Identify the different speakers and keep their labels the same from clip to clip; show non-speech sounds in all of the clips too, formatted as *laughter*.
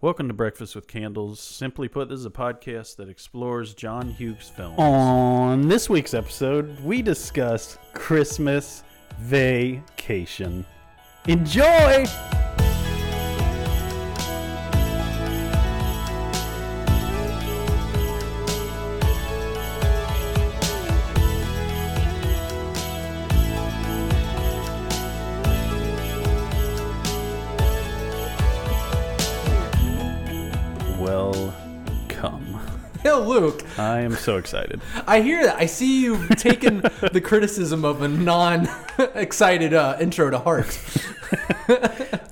Speaker 1: Welcome to Breakfast with Candles. Simply put, this is a podcast that explores John Hughes films.
Speaker 2: On this week's episode, Oh, we discuss Christmas vacation. Enjoy! Welcome.
Speaker 3: Hell, Luke,
Speaker 2: I am so excited.
Speaker 3: I hear that. I see you taking the criticism of a non-excited uh, intro to heart.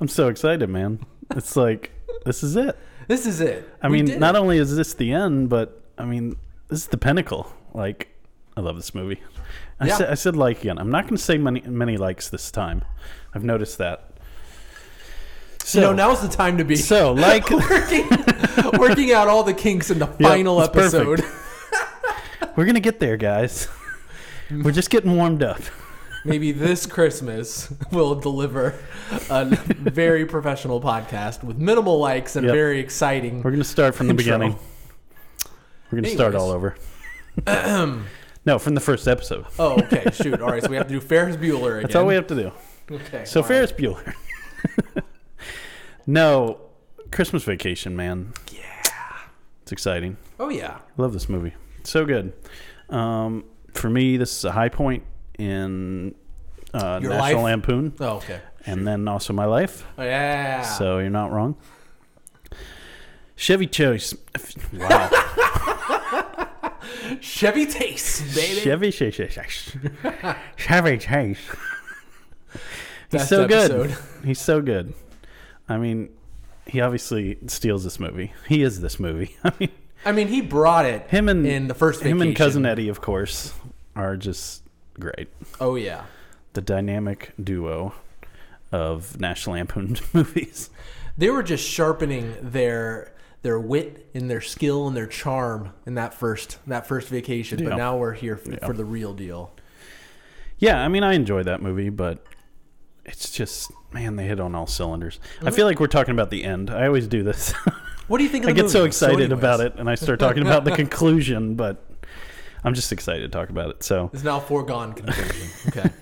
Speaker 2: I'm so excited, man. It's like, this is it.
Speaker 3: This is it.
Speaker 2: I mean, not only is this the end, but I mean, this is the pinnacle. Like, I love this movie. I,
Speaker 3: Yeah.
Speaker 2: said, I said like again. I'm not going to say many many likes this time. I've noticed that. So
Speaker 3: you know, now's the time to be
Speaker 1: *laughs*
Speaker 2: so like
Speaker 3: *laughs* working, working out all the kinks in the final
Speaker 2: it's perfect.
Speaker 3: episode.
Speaker 2: we're gonna get there, guys. We're just getting warmed up.
Speaker 3: Maybe this Christmas will deliver a very professional podcast with minimal likes and
Speaker 2: Yep.
Speaker 3: very exciting.
Speaker 2: We're gonna start from the
Speaker 3: Intro.
Speaker 2: beginning. We're gonna start
Speaker 3: Anyways.
Speaker 2: all *clears throat* over. no, from the first episode.
Speaker 3: Oh, okay. Shoot. All right. So we have to do Ferris Bueller again.
Speaker 2: That's all we have to do.
Speaker 3: Okay.
Speaker 2: So
Speaker 3: all right.
Speaker 2: Ferris Bueller. *laughs* no, Christmas Vacation, man. Yeah, it's exciting.
Speaker 3: Oh yeah.
Speaker 2: Love this movie. So good. Um, for me, this is a high point in uh,
Speaker 3: Your
Speaker 2: National
Speaker 3: life?
Speaker 2: Lampoon,
Speaker 3: Oh okay.
Speaker 2: and then also my life.
Speaker 3: Oh, yeah.
Speaker 2: So you're not wrong. Chevy Chase. Wow.
Speaker 3: Chevy Taste, *laughs* baby.
Speaker 2: Chevy Chase. Chevy Chase. He's
Speaker 3: Best
Speaker 2: so good.
Speaker 3: episode.
Speaker 2: He's so good. I mean, he obviously steals this movie. He is this movie. *laughs* I mean,
Speaker 3: I mean, he brought it.
Speaker 2: him and
Speaker 3: in the first
Speaker 2: him and
Speaker 3: Vacation.
Speaker 2: cousin Eddie, of course, are just great.
Speaker 3: Oh yeah.
Speaker 2: the dynamic duo of National Lampoon *laughs* movies.
Speaker 3: They were just sharpening their their wit and their skill and their charm in that first that first vacation.
Speaker 2: Yeah.
Speaker 3: But now we're here for, for the real deal.
Speaker 2: Yeah, I mean, I enjoy that movie, but it's just man, they hit on all cylinders. I feel like we're talking about the end. I always do this. *laughs*
Speaker 3: What do you think? Of
Speaker 2: I
Speaker 3: the
Speaker 2: get so
Speaker 3: movie?
Speaker 2: excited
Speaker 3: anyways,
Speaker 2: about it, and I start talking about
Speaker 3: *laughs*
Speaker 2: the conclusion, but I'm just excited to talk about it. So,
Speaker 3: It's now
Speaker 2: *laughs*
Speaker 3: foregone conclusion. Okay.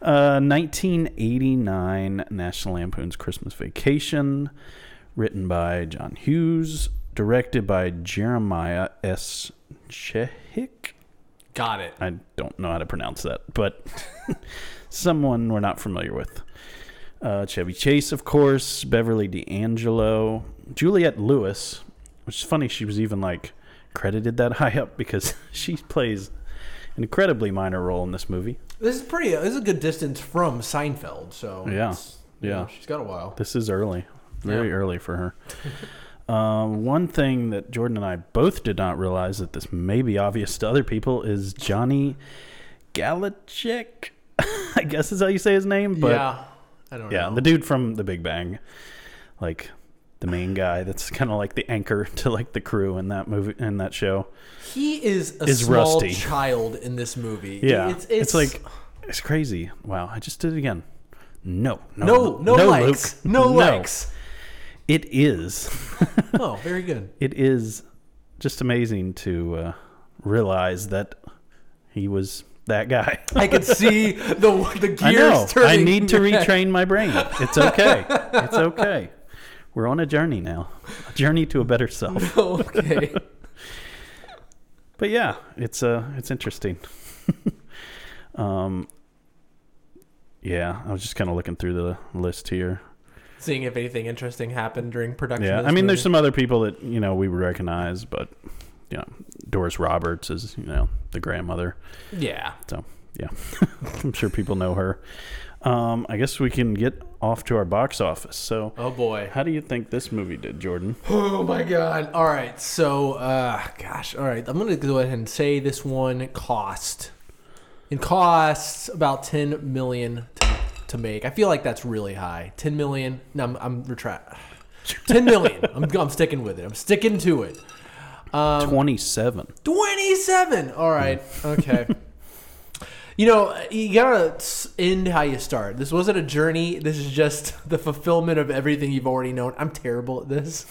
Speaker 2: uh, 1989 National Lampoon's Christmas Vacation, written by John Hughes, directed by Jeremiah S. Chehik.
Speaker 3: Got it.
Speaker 2: I don't know how to pronounce that, but *laughs* someone we're not familiar with. Uh, Chevy Chase, of course, Beverly D'Angelo, Juliette Lewis, which is funny, she was even like credited that high up because *laughs* she plays an incredibly minor role in this movie.
Speaker 3: This is pretty. This is a good distance from Seinfeld. So
Speaker 2: Yeah.
Speaker 3: it's-
Speaker 2: Yeah.
Speaker 3: she's got a while.
Speaker 2: This is early, very
Speaker 3: Yeah.
Speaker 2: early for her. um, one thing that Jordan and I both did not realize that this may be obvious to other people is Johnny Galachek. *laughs* I guess is how you say his name, but
Speaker 3: yeah. I don't
Speaker 2: Yeah,
Speaker 3: know.
Speaker 2: the dude from The Big Bang, like the main guy that's *laughs* kind of like the anchor to like the crew in that movie in that show.
Speaker 3: he is a
Speaker 2: is
Speaker 3: small
Speaker 2: rusty.
Speaker 3: child in this movie.
Speaker 2: Yeah,
Speaker 3: It's, it's,
Speaker 2: like it's crazy. Wow, I just did it again. No, no,
Speaker 3: no, no, likes,
Speaker 2: Luke.
Speaker 3: no likes.
Speaker 2: It is,
Speaker 3: Oh, very good.
Speaker 2: it is just amazing to uh, realize that he was that guy. *laughs*
Speaker 3: I could see the the gears
Speaker 2: I know.
Speaker 3: turning.
Speaker 2: I need to
Speaker 3: *laughs*
Speaker 2: retrain my brain. It's okay. it's okay. We're on a journey now, a journey to a better self.
Speaker 3: okay.
Speaker 2: But yeah, it's uh it's interesting. *laughs* um yeah, I was just kind of looking through the list here.
Speaker 3: Seeing if anything interesting happened during production.
Speaker 2: Yeah,
Speaker 3: of
Speaker 2: I
Speaker 3: this
Speaker 2: mean, there's
Speaker 3: movie.
Speaker 2: some other people that you know we recognize, but you know, Doris Roberts is you know the grandmother,
Speaker 3: Yeah.
Speaker 2: so yeah, *laughs* I'm sure people know her. Um, I guess we can get off to our box office. So,
Speaker 3: Oh boy.
Speaker 2: how do you think this movie did, Jordan?
Speaker 3: Oh my god. All right. So, uh, gosh. All right. I'm gonna go ahead and say this one cost. It costs about 10 million to, to make. I feel like that's really high. 10 million. No, I'm, I'm *sighs* retract. 10 million. I'm, I'm sticking with it. I'm sticking to it.
Speaker 2: Twenty-seven. *laughs*
Speaker 3: 27. All right. Okay. You know, you gotta s- end how you start. This wasn't a journey. This is just *laughs* the fulfillment of everything you've already known. I'm terrible at this.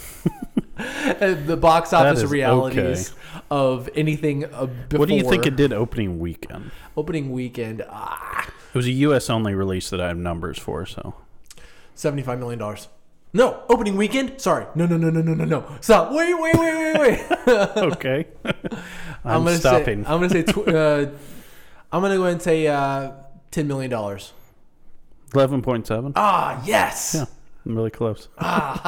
Speaker 3: *laughs* the box office
Speaker 2: is
Speaker 3: realities of anything uh, before
Speaker 2: What do you think it did opening weekend?
Speaker 3: opening weekend. Ah,
Speaker 2: It was a U.S. only release that I have numbers for, so
Speaker 3: seventy-five million dollars. No, opening weekend. Sorry, no, no, no, no, no, no, no. Stop. Wait, wait, wait, wait, wait.
Speaker 2: okay. *laughs* I'm,
Speaker 3: gonna
Speaker 2: stopping.
Speaker 3: Say, I'm gonna say. Tw- uh, I'm gonna go ahead and say uh, ten million dollars.
Speaker 2: Eleven point seven.
Speaker 3: Ah, yes.
Speaker 2: Yeah, I'm really close.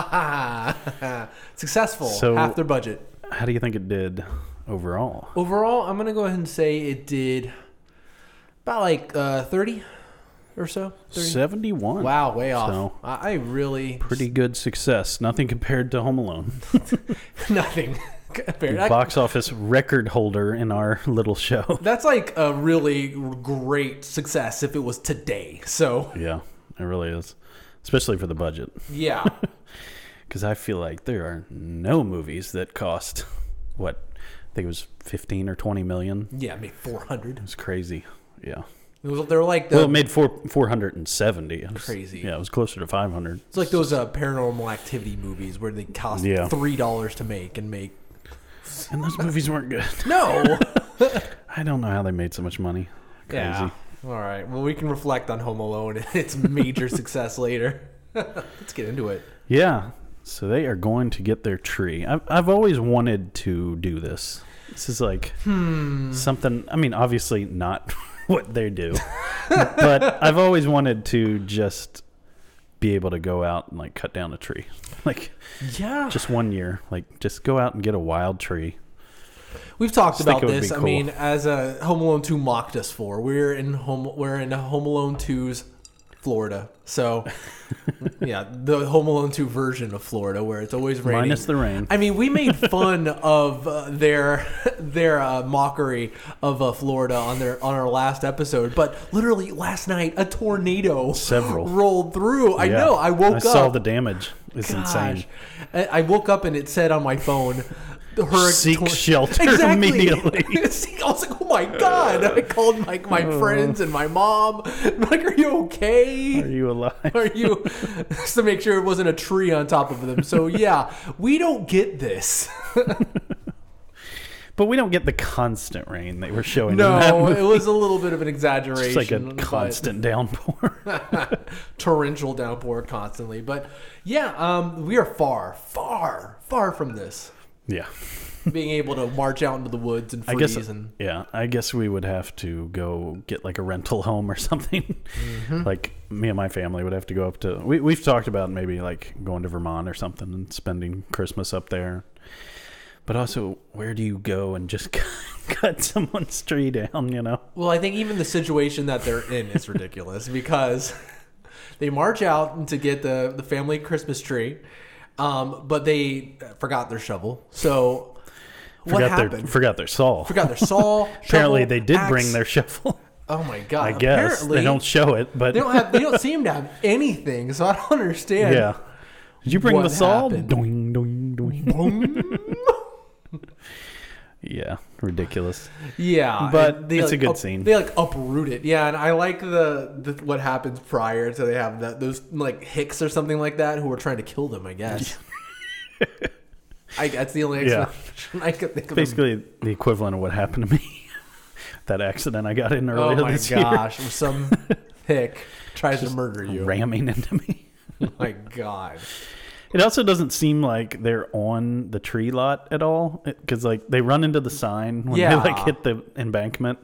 Speaker 3: Ah, *laughs* successful.
Speaker 2: So-
Speaker 3: half their budget.
Speaker 2: How do you think it did overall?
Speaker 3: Overall, I'm gonna go ahead and say it did about like uh, thirty or so. 30.
Speaker 2: Seventy-one.
Speaker 3: Wow, way off.
Speaker 2: So-
Speaker 3: I, I really *laughs*
Speaker 2: Pretty good success. Nothing compared to Home Alone.
Speaker 3: nothing. compared. I-
Speaker 2: Box office record holder in our *laughs* little show.
Speaker 3: that's like a really great success if it was today. So
Speaker 2: Yeah, it really is. Especially for the budget. *laughs*
Speaker 3: yeah,
Speaker 2: Because I feel like there are no movies that cost, what, I think it was 15 or 20 million.
Speaker 3: yeah, maybe four hundred.
Speaker 2: It's crazy. Yeah.
Speaker 3: It was they're like the
Speaker 2: Well, it made four, 470. It was-
Speaker 3: Crazy.
Speaker 2: Yeah, it was closer to 500.
Speaker 3: It's like those uh, paranormal activity movies where they cost
Speaker 2: Yeah.
Speaker 3: three dollars to make
Speaker 2: *laughs*
Speaker 3: and make
Speaker 2: And those movies weren't good.
Speaker 3: no.
Speaker 2: I don't know how they made so much money. Crazy.
Speaker 3: yeah. All right. Well, we can reflect on Home Alone and *laughs* its major success later. *laughs* Let's get into it.
Speaker 2: Yeah. So they are going to get their tree. I've, I've always wanted to do this. This is like
Speaker 3: Hmm.
Speaker 2: something, I mean, obviously not *laughs* what they do,
Speaker 3: *laughs*
Speaker 2: but I've always wanted to just be able to go out and like cut down a tree. *laughs* Like
Speaker 3: Yeah.
Speaker 2: just one year, like just go out and get a wild tree.
Speaker 3: We've talked
Speaker 2: Just think
Speaker 3: about
Speaker 2: it would
Speaker 3: this.
Speaker 2: be
Speaker 3: I
Speaker 2: cool.
Speaker 3: mean, as a Home Alone Two mocked us for, we're in home. We're in Home Alone 2's Florida.
Speaker 2: *laughs*
Speaker 3: So, yeah, the Home Alone Two version of Florida, where it's always raining.
Speaker 2: Minus the rain.
Speaker 3: I mean, we made fun of uh, their *laughs* their uh, mockery of uh, Florida on their on our last episode, but literally last night a tornado
Speaker 2: Several.
Speaker 3: *laughs* rolled through. I know. I woke up.
Speaker 2: I saw the damage. It's insane.
Speaker 3: Gosh. I I woke up and it said on my phone, *laughs* the hurricane.
Speaker 2: Seek
Speaker 3: *laughs*
Speaker 2: shelter immediately. Oh.
Speaker 3: See, I was like, oh my God. I called my, my friends and my mom. I'm like, are you okay?
Speaker 2: Are you alive?
Speaker 3: Are you *laughs* just to make sure it wasn't a tree on top of them? So yeah, we don't
Speaker 2: *laughs*
Speaker 3: get this.
Speaker 2: But we don't get the constant rain they were showing. in that
Speaker 3: No,
Speaker 2: movie.
Speaker 3: it was a little bit of an exaggeration.
Speaker 2: It's like a
Speaker 3: but
Speaker 2: constant
Speaker 3: *laughs*
Speaker 2: downpour.
Speaker 3: torrential downpour constantly. But yeah, um, we are far, far, far from this.
Speaker 2: yeah.
Speaker 3: Being able to march out into the woods and
Speaker 2: I
Speaker 3: freeze
Speaker 2: guess
Speaker 3: and
Speaker 2: yeah, I guess we would have to go get like a rental home or *laughs* something.
Speaker 3: Mm-hmm.
Speaker 2: like me and my family would have to go up to we we've talked about maybe like going to Vermont or something and spending Christmas up there. But also, where do you go and just *laughs* cut someone's tree down, you know?
Speaker 3: Well, I think even the situation that they're in is ridiculous because *laughs* they march out to get the, the family Christmas tree, um, but they forgot their shovel. So what
Speaker 2: Forgot
Speaker 3: happened?
Speaker 2: their forgot their saw.
Speaker 3: forgot their saw.
Speaker 2: *laughs* Apparently
Speaker 3: shovel,
Speaker 2: they did
Speaker 3: axe.
Speaker 2: bring their *laughs* shovel.
Speaker 3: Oh my god!
Speaker 2: I guess.
Speaker 3: Apparently,
Speaker 2: they don't show it, but
Speaker 3: They don't have. They don't seem to have anything. So I don't understand.
Speaker 2: yeah. Did you bring
Speaker 3: what
Speaker 2: the saw?
Speaker 3: happened.
Speaker 2: Doing, doing,
Speaker 3: *laughs*
Speaker 2: doing. Yeah, ridiculous.
Speaker 3: Yeah,
Speaker 2: But
Speaker 3: and
Speaker 2: it's a good
Speaker 3: up-
Speaker 2: scene.
Speaker 3: They like uproot it. Yeah, and I like the, the what happens prior to they have that those like Hicks or something like that who are trying to kill them. I guess. *laughs* I, that's the only
Speaker 2: Yeah.
Speaker 3: explanation I could think of.
Speaker 2: Basically, the equivalent of what happened to me. *laughs* that accident I got in
Speaker 3: oh
Speaker 2: earlier
Speaker 3: my
Speaker 2: this
Speaker 3: gosh, some hick tries to murder
Speaker 2: year, *laughs*
Speaker 3: you.
Speaker 2: ramming into me.
Speaker 3: my god.
Speaker 2: It also doesn't seem like they're on the tree lot at all, because like they run into the sign when
Speaker 3: Yeah.
Speaker 2: they like hit the embankment,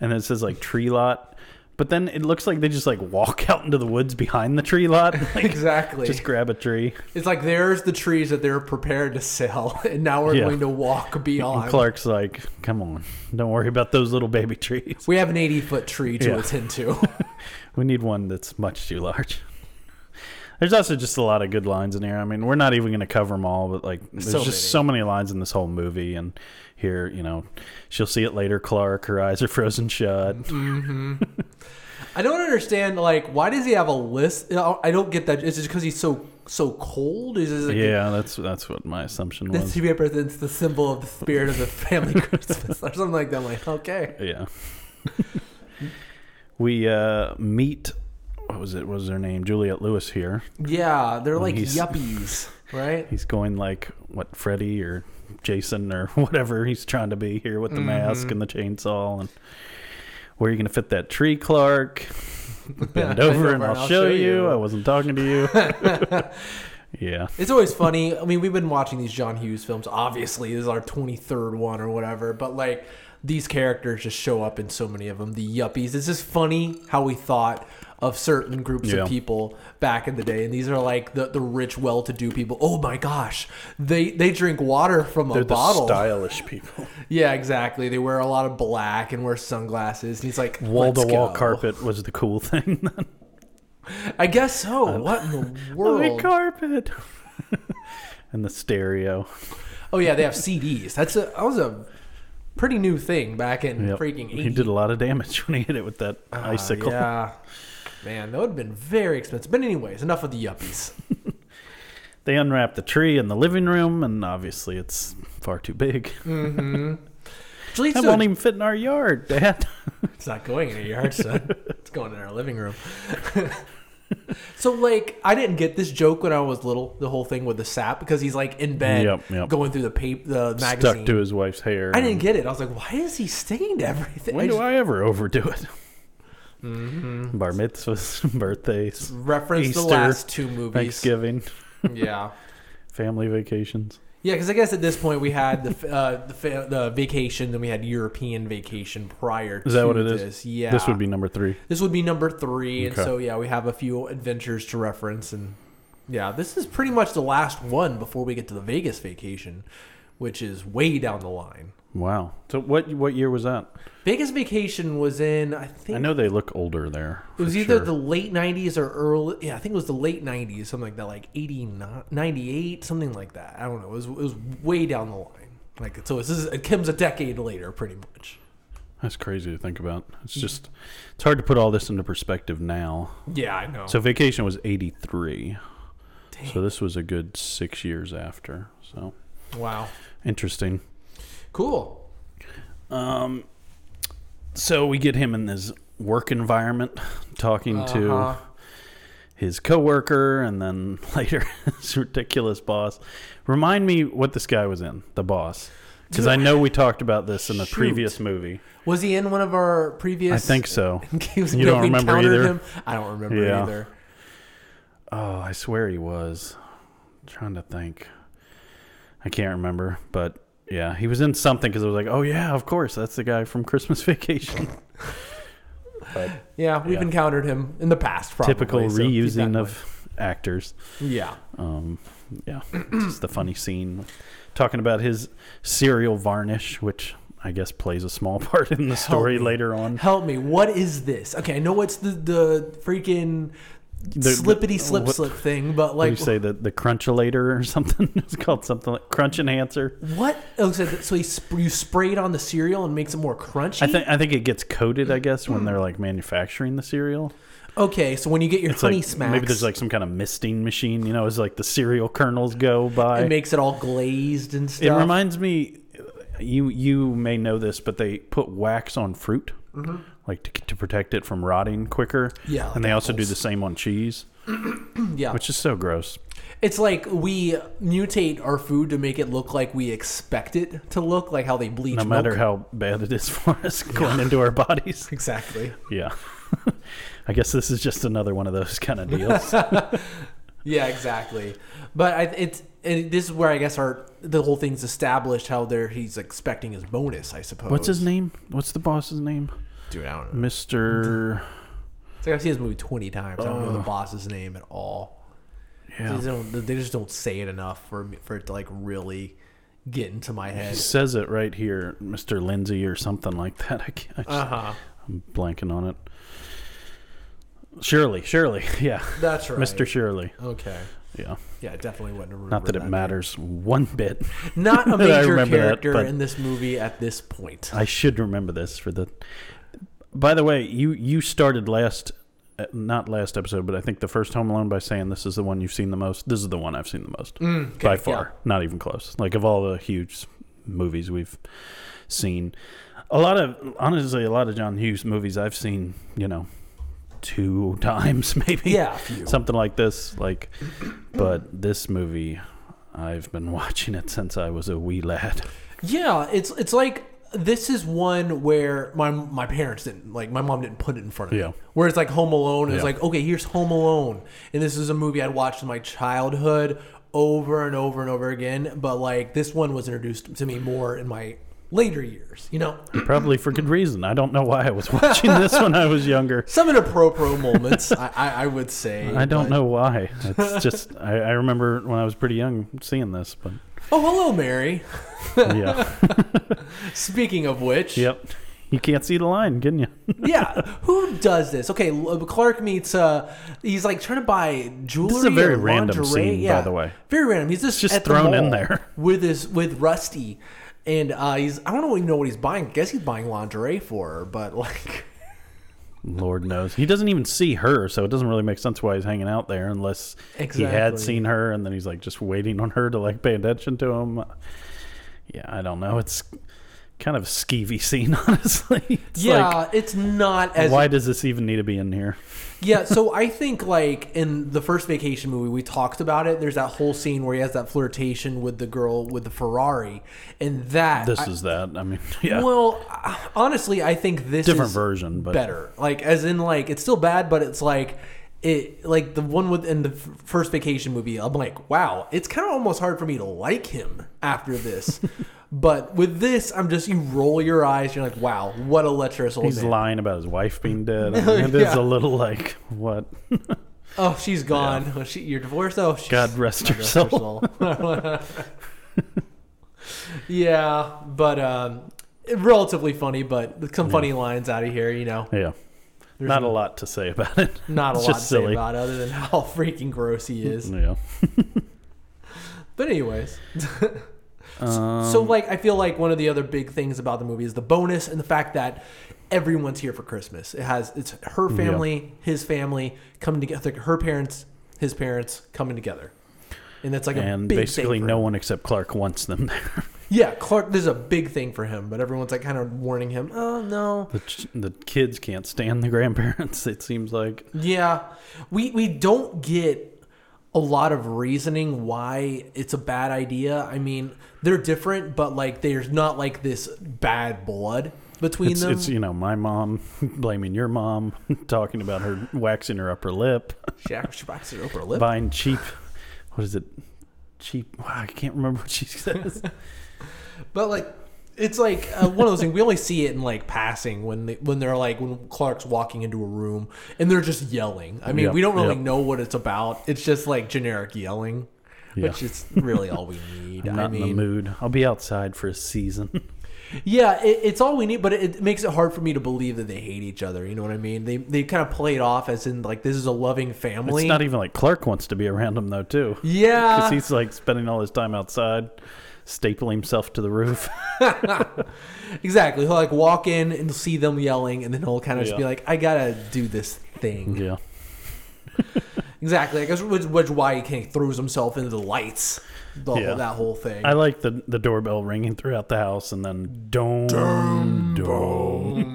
Speaker 2: and it says like tree lot. But then it looks like they just like walk *laughs* out into the woods behind the tree lot, *laughs* *laughs* like
Speaker 3: Exactly.
Speaker 2: just grab a tree.
Speaker 3: it's like there's the trees that they're prepared to sell, *laughs* and now we're
Speaker 2: Yeah.
Speaker 3: going to walk
Speaker 2: And
Speaker 3: beyond.
Speaker 2: Clark's like, "Come on, don't worry about those little baby trees. *laughs*
Speaker 3: We have an 80 foot tree to
Speaker 2: Yeah.
Speaker 3: attend to.
Speaker 2: *laughs* We need one that's much too large. There's also just a lot of good lines in here. I mean, we're not even going to cover them all, but like, there's
Speaker 3: So
Speaker 2: just
Speaker 3: many.
Speaker 2: so many lines in this whole movie. And here, you know, she'll see it later. Clark, her eyes are frozen shut.
Speaker 3: *laughs* I don't understand. Like, why does he have a list? I don't get that. Is it because he's so so cold? Is it like
Speaker 2: yeah, that's that's what my assumption
Speaker 3: This *laughs*
Speaker 2: was.
Speaker 3: represents the symbol of the *laughs* spirit of the family Christmas or something like that. I'm like, okay,
Speaker 2: Yeah. we uh, meet. What was it? What was her name? Juliet Lewis here.
Speaker 3: Yeah, they're like
Speaker 2: he's-
Speaker 3: yuppies, right?
Speaker 2: He's going like what Freddy or Jason or *laughs* whatever he's trying to be here with the mask and the chainsaw and where are you going to fit that tree, Clark? Bend over and I'll, show, you. I wasn't talking to you. yeah,
Speaker 3: It's always funny. I mean, we've been watching these John Hughes films. Obviously, this is our 23rd one or whatever, but like these characters just show up in so many of them. The yuppies. It's just funny how we thought of certain groups
Speaker 2: Yeah.
Speaker 3: of people back in the day and these are like the, the rich well-to-do people oh my gosh they they drink water from a
Speaker 2: they're
Speaker 3: bottle
Speaker 2: the stylish people.
Speaker 3: yeah exactly they wear a lot of black and wear sunglasses and he's like
Speaker 2: Wall to
Speaker 3: "Let's
Speaker 2: wall
Speaker 3: go."
Speaker 2: carpet was the cool *laughs* thing. then.
Speaker 3: i guess so
Speaker 2: Uh, *laughs*
Speaker 3: what in the
Speaker 2: My
Speaker 3: world
Speaker 2: carpet *laughs* and the stereo.
Speaker 3: Oh yeah, they have CDs. That's a that was a pretty new thing back in
Speaker 2: Yep.
Speaker 3: freaking
Speaker 2: He
Speaker 3: 80.
Speaker 2: did a lot of damage *laughs* when he hit it with that icicle.
Speaker 3: Yeah. Man, that would have been very expensive. But anyways, enough of the yuppies.
Speaker 2: They unwrap the tree in the living room, and obviously it's far too big.
Speaker 3: Which leads
Speaker 2: That
Speaker 3: to-
Speaker 2: won't even fit in our yard, Dad.
Speaker 3: it's not going in a yard, son. uh, it's going in our living room. *laughs* so like, I didn't get this joke when I was little. The whole thing with the sap because he's like in bed,
Speaker 2: Yep, yep.
Speaker 3: going through the paper, the magazine.
Speaker 2: *laughs* Stuck to his wife's hair.
Speaker 3: I didn't get it. I was like, why is he stained everything?
Speaker 2: When
Speaker 3: I Mm.
Speaker 2: do I ever overdo it? Bar mitzvahs, *laughs* birthdays,
Speaker 3: reference the
Speaker 2: Easter,
Speaker 3: last two movies?
Speaker 2: Thanksgiving,
Speaker 3: Yeah.
Speaker 2: family vacations.
Speaker 3: Yeah, because I guess at this point we had the uh, the, fa- the vacation, then we had European vacation prior.
Speaker 2: Is that
Speaker 3: to
Speaker 2: what it is?
Speaker 3: this. Yeah,
Speaker 2: This would be number three.
Speaker 3: this would be number three, and
Speaker 2: Okay.
Speaker 3: so yeah, we have a few adventures to reference, and yeah, this is pretty much the last one before we get to the Vegas vacation, which is way down the line.
Speaker 2: Wow. So what what year was that?
Speaker 3: Vegas vacation was in I think
Speaker 2: I know they look older there.
Speaker 3: it was
Speaker 2: for
Speaker 3: either
Speaker 2: sure.
Speaker 3: the late '90s or early. Yeah, I think it was the late '90s, something like that, like 89, 98, something like that. I don't know. It was, it was way down the line. Like so, this is it comes a decade later, pretty much.
Speaker 2: That's crazy to think about. It's
Speaker 3: Mm.
Speaker 2: just it's hard to put all this into perspective now.
Speaker 3: Yeah, I know.
Speaker 2: So vacation was eighty three.
Speaker 3: Dang.
Speaker 2: So this was a good six years after. So
Speaker 3: wow,
Speaker 2: interesting.
Speaker 3: cool.
Speaker 2: Um, so we get him in this work environment, *laughs* talking
Speaker 3: Uh-huh.
Speaker 2: to his coworker, and then *laughs* later his ridiculous boss. Remind me what this guy was in, the boss, because I know we talked about this in the
Speaker 3: Shoot.
Speaker 2: previous movie.
Speaker 3: Was he in one of our previous?
Speaker 2: I think
Speaker 3: *laughs*
Speaker 2: so.
Speaker 3: He was-
Speaker 2: You don't
Speaker 3: we
Speaker 2: remember
Speaker 3: encountered
Speaker 2: either?
Speaker 3: Him. I don't remember
Speaker 2: Yeah.
Speaker 3: either.
Speaker 2: Oh, I swear he was. I'm trying to think. I can't remember, but yeah, he was in something because I was like, oh yeah, of course, that's the guy from Christmas *laughs*
Speaker 3: *laughs*
Speaker 2: Vacation. but
Speaker 3: Yeah, we've
Speaker 2: Yeah.
Speaker 3: encountered him in the past. Probably,
Speaker 2: typical
Speaker 3: so keep that in
Speaker 2: reusing of actors.
Speaker 3: mind. Yeah,
Speaker 2: Um, yeah, just the funny scene talking about his cereal varnish, which I guess plays a small *laughs* part in the story
Speaker 3: me.
Speaker 2: later on.
Speaker 3: help me. What is this? Okay, I know it's the the freaking
Speaker 2: The-
Speaker 3: slippity slip
Speaker 2: what-
Speaker 3: slip thing, but
Speaker 2: What do you
Speaker 3: like,
Speaker 2: say that the crunchulator or something? *laughs* it's called something like crunch enhancer.
Speaker 3: What? Oh, so, so he sp- you spray it on the cereal and makes it more crunchy.
Speaker 2: I think I think it gets coated. I guess when they're like manufacturing the cereal,
Speaker 3: Okay, so when you get your
Speaker 2: It's
Speaker 3: honey
Speaker 2: like,
Speaker 3: smacks,
Speaker 2: Maybe there's like some kind of misting machine. You know, as like the cereal kernels go by.
Speaker 3: it makes it all glazed and stuff.
Speaker 2: It reminds me, you you may know this, but they put wax on fruit, like to, to protect it from rotting quicker.
Speaker 3: Mm-hmm. Yeah, like
Speaker 2: and they also do
Speaker 3: apples.
Speaker 2: the same on cheese,
Speaker 3: yeah,
Speaker 2: which is so gross.
Speaker 3: it's like we mutate our food to make it look like we expect it to look, like how they bleach.
Speaker 2: No matter
Speaker 3: milk.
Speaker 2: how bad it is for us going into our
Speaker 3: *laughs*
Speaker 2: bodies.
Speaker 3: exactly.
Speaker 2: Yeah, *laughs* I guess this is just another one of those
Speaker 3: *laughs*
Speaker 2: kind of deals.
Speaker 3: Yeah, exactly. But I, it's and this is where I guess our the whole thing's established how there he's expecting his bonus. I suppose.
Speaker 2: What's his name? What's the boss's name?
Speaker 3: Dude, I don't know.
Speaker 2: Mister.
Speaker 3: It's like I've seen this movie twenty times. I don't know the boss's name at all. They
Speaker 2: Yeah.
Speaker 3: just don't. They just don't say it enough for me- for it to like really get into my
Speaker 2: He
Speaker 3: head.
Speaker 2: says it right here, Mr. Lindsay or something like that. I, can't, I just-
Speaker 3: huh.
Speaker 2: I'm
Speaker 3: Uh.
Speaker 2: blanking on it. Shirley, Shirley, *laughs* yeah.
Speaker 3: That's right.
Speaker 2: Mr. Shirley.
Speaker 3: Okay.
Speaker 2: Yeah.
Speaker 3: Yeah, I definitely wouldn't remember.
Speaker 2: Not that it
Speaker 3: name.
Speaker 2: matters one
Speaker 3: *laughs*
Speaker 2: bit.
Speaker 3: Not a
Speaker 2: that *laughs* I
Speaker 3: major
Speaker 2: remember that,
Speaker 3: character
Speaker 2: but-
Speaker 3: in this movie at this point.
Speaker 2: I should remember this for the By the way, you you started last uh, not last episode, but I think the first Home Alone by saying this is the one you've seen the most. This is the one I've seen the most by
Speaker 3: Mm, okay,
Speaker 2: far. Not even close. Like of all the huge movies we've seen, a lot of honestly, a lot of John Hughes movies I've seen, you know, two *laughs* times maybe.
Speaker 3: Yeah, a *laughs* few.
Speaker 2: something like this. Like, but this movie, I've been *laughs* watching it since I was a wee lad.
Speaker 3: Yeah, it's it's like this is one where my my parents didn't like my mom didn't put it in front of
Speaker 2: Yeah.
Speaker 3: me. Whereas like Home Alone is
Speaker 2: Yeah.
Speaker 3: like okay, here's Home Alone, and this is a movie I'd watched in my childhood over and over and over again. But like this one was introduced to me more in my later years.
Speaker 2: *clears throat*
Speaker 3: You know,
Speaker 2: Probably for good reason. I don't know why I was *laughs* watching this when I was younger.
Speaker 3: some inappropriate moments I, I, I would say.
Speaker 2: I don't
Speaker 3: but-
Speaker 2: know why. It's just I, I remember when I was pretty young seeing this, but
Speaker 3: Oh, hello, Mary.
Speaker 2: yeah,
Speaker 3: Speaking of which,
Speaker 2: yep. You can't see the line, can you?
Speaker 3: yeah, who does this? Okay, L- Clark meets. uh He's like trying to buy jewelry.
Speaker 2: This is a very
Speaker 3: or
Speaker 2: random
Speaker 3: lingerie.
Speaker 2: scene, by
Speaker 3: yeah.
Speaker 2: the way.
Speaker 3: Very random. He's just
Speaker 2: just
Speaker 3: at the
Speaker 2: thrown in
Speaker 3: mall
Speaker 2: there.
Speaker 3: *laughs* with his with Rusty, and uh he's I don't even know what he's buying. I guess he's buying lingerie for her, but *laughs* like,
Speaker 2: Lord knows. He doesn't even see her, so it doesn't really make sense why he's hanging out there unless he
Speaker 3: Exactly.
Speaker 2: had seen her and then he's like just waiting on her to like pay attention to him. Yeah, I don't know. It's kind of a skeevy scene, *laughs* honestly. It's
Speaker 3: yeah,
Speaker 2: like,
Speaker 3: it's not as
Speaker 2: why does this even need to be in here?
Speaker 3: yeah. So I think like in the first vacation movie we talked about it. There's that whole scene where he has that flirtation with the girl with the Ferrari, and that
Speaker 2: This
Speaker 3: I-
Speaker 2: is that. I mean, *laughs* yeah.
Speaker 3: Well, uh, honestly, I think this
Speaker 2: different
Speaker 3: is
Speaker 2: version, but
Speaker 3: better. Like, as in, like it's still bad, but it's like it, like the one with in the f- first vacation movie. I'm like, wow, it's kind of almost hard for me to like him
Speaker 2: *laughs*
Speaker 3: after this. but with this, I'm just you roll your eyes. You're like, wow, what a lecherous old
Speaker 2: He's
Speaker 3: man.
Speaker 2: lying about his wife
Speaker 3: *laughs*
Speaker 2: being dead. I mean, it is
Speaker 3: Yeah.
Speaker 2: a little like what?
Speaker 3: oh, she's gone. Oh, she, you're divorced. Oh, she's,
Speaker 2: God rest her soul.
Speaker 3: Personal. *laughs* yeah, but um, relatively funny, but some funny lines out of here.
Speaker 2: *laughs*
Speaker 3: You know.
Speaker 2: Yeah,
Speaker 3: There's
Speaker 2: not a lot to say about it.
Speaker 3: not a
Speaker 2: It's
Speaker 3: lot to
Speaker 2: just
Speaker 3: say
Speaker 2: silly.
Speaker 3: about it other than how freaking gross he is.
Speaker 2: Yeah.
Speaker 3: But anyways,
Speaker 2: Um,
Speaker 3: so like I feel like one of the other big things about the movie is the bonus and the fact that everyone's here for Christmas. It has it's her family, his family coming together, her parents, his parents coming together. And that's like a
Speaker 2: and
Speaker 3: big
Speaker 2: basically
Speaker 3: thing for
Speaker 2: no
Speaker 3: him.
Speaker 2: one except Clark wants them *laughs* there.
Speaker 3: Yeah, Clark this is a big thing for him, but everyone's like kind of warning him, "Oh no."
Speaker 2: The, ch- the kids can't stand the grandparents. It seems like
Speaker 3: Yeah. We we don't get a lot of reasoning why it's a bad idea. I mean, they're different, but like there's not like this bad blood between
Speaker 2: it's,
Speaker 3: them.
Speaker 2: it's you know my mom *laughs* blaming your mom, *laughs* talking about her waxing her upper lip,
Speaker 3: she actually bites her upper lip.
Speaker 2: buying cheap. What is it? Cheap. Wow, I can't remember what she *laughs* says.
Speaker 3: But like it's like uh, one of those things we only see it in like passing when they, when they're like when Clark's walking into a room and they're just yelling. I mean,
Speaker 2: Yep,
Speaker 3: we don't really
Speaker 2: yep.
Speaker 3: know what it's about. It's just like generic yelling, which
Speaker 2: Yeah.
Speaker 3: is really all we need.
Speaker 2: I'm
Speaker 3: *laughs* I
Speaker 2: not
Speaker 3: mean,
Speaker 2: in the mood. I'll be outside for a season. *laughs*
Speaker 3: Yeah, it, it's all we need, but it, it makes it hard for me to believe that they hate each other. You know what I mean? They they kind of play it off as in like this is a loving family.
Speaker 2: It's not e- even like Clark wants to be around him though, too.
Speaker 3: yeah,
Speaker 2: because he's like spending all his time outside, stapling himself to the roof. *laughs*
Speaker 3: exactly. He'll like walk in and see them yelling, and then he'll kind of just
Speaker 2: Yeah.
Speaker 3: be like, "I gotta do this thing."
Speaker 2: yeah,
Speaker 3: Exactly. I guess which, which why he kind of throws himself into the lights. The,
Speaker 2: Yeah.
Speaker 3: That whole thing.
Speaker 2: I like the the doorbell ringing throughout the house, and then dome dome.
Speaker 3: *laughs*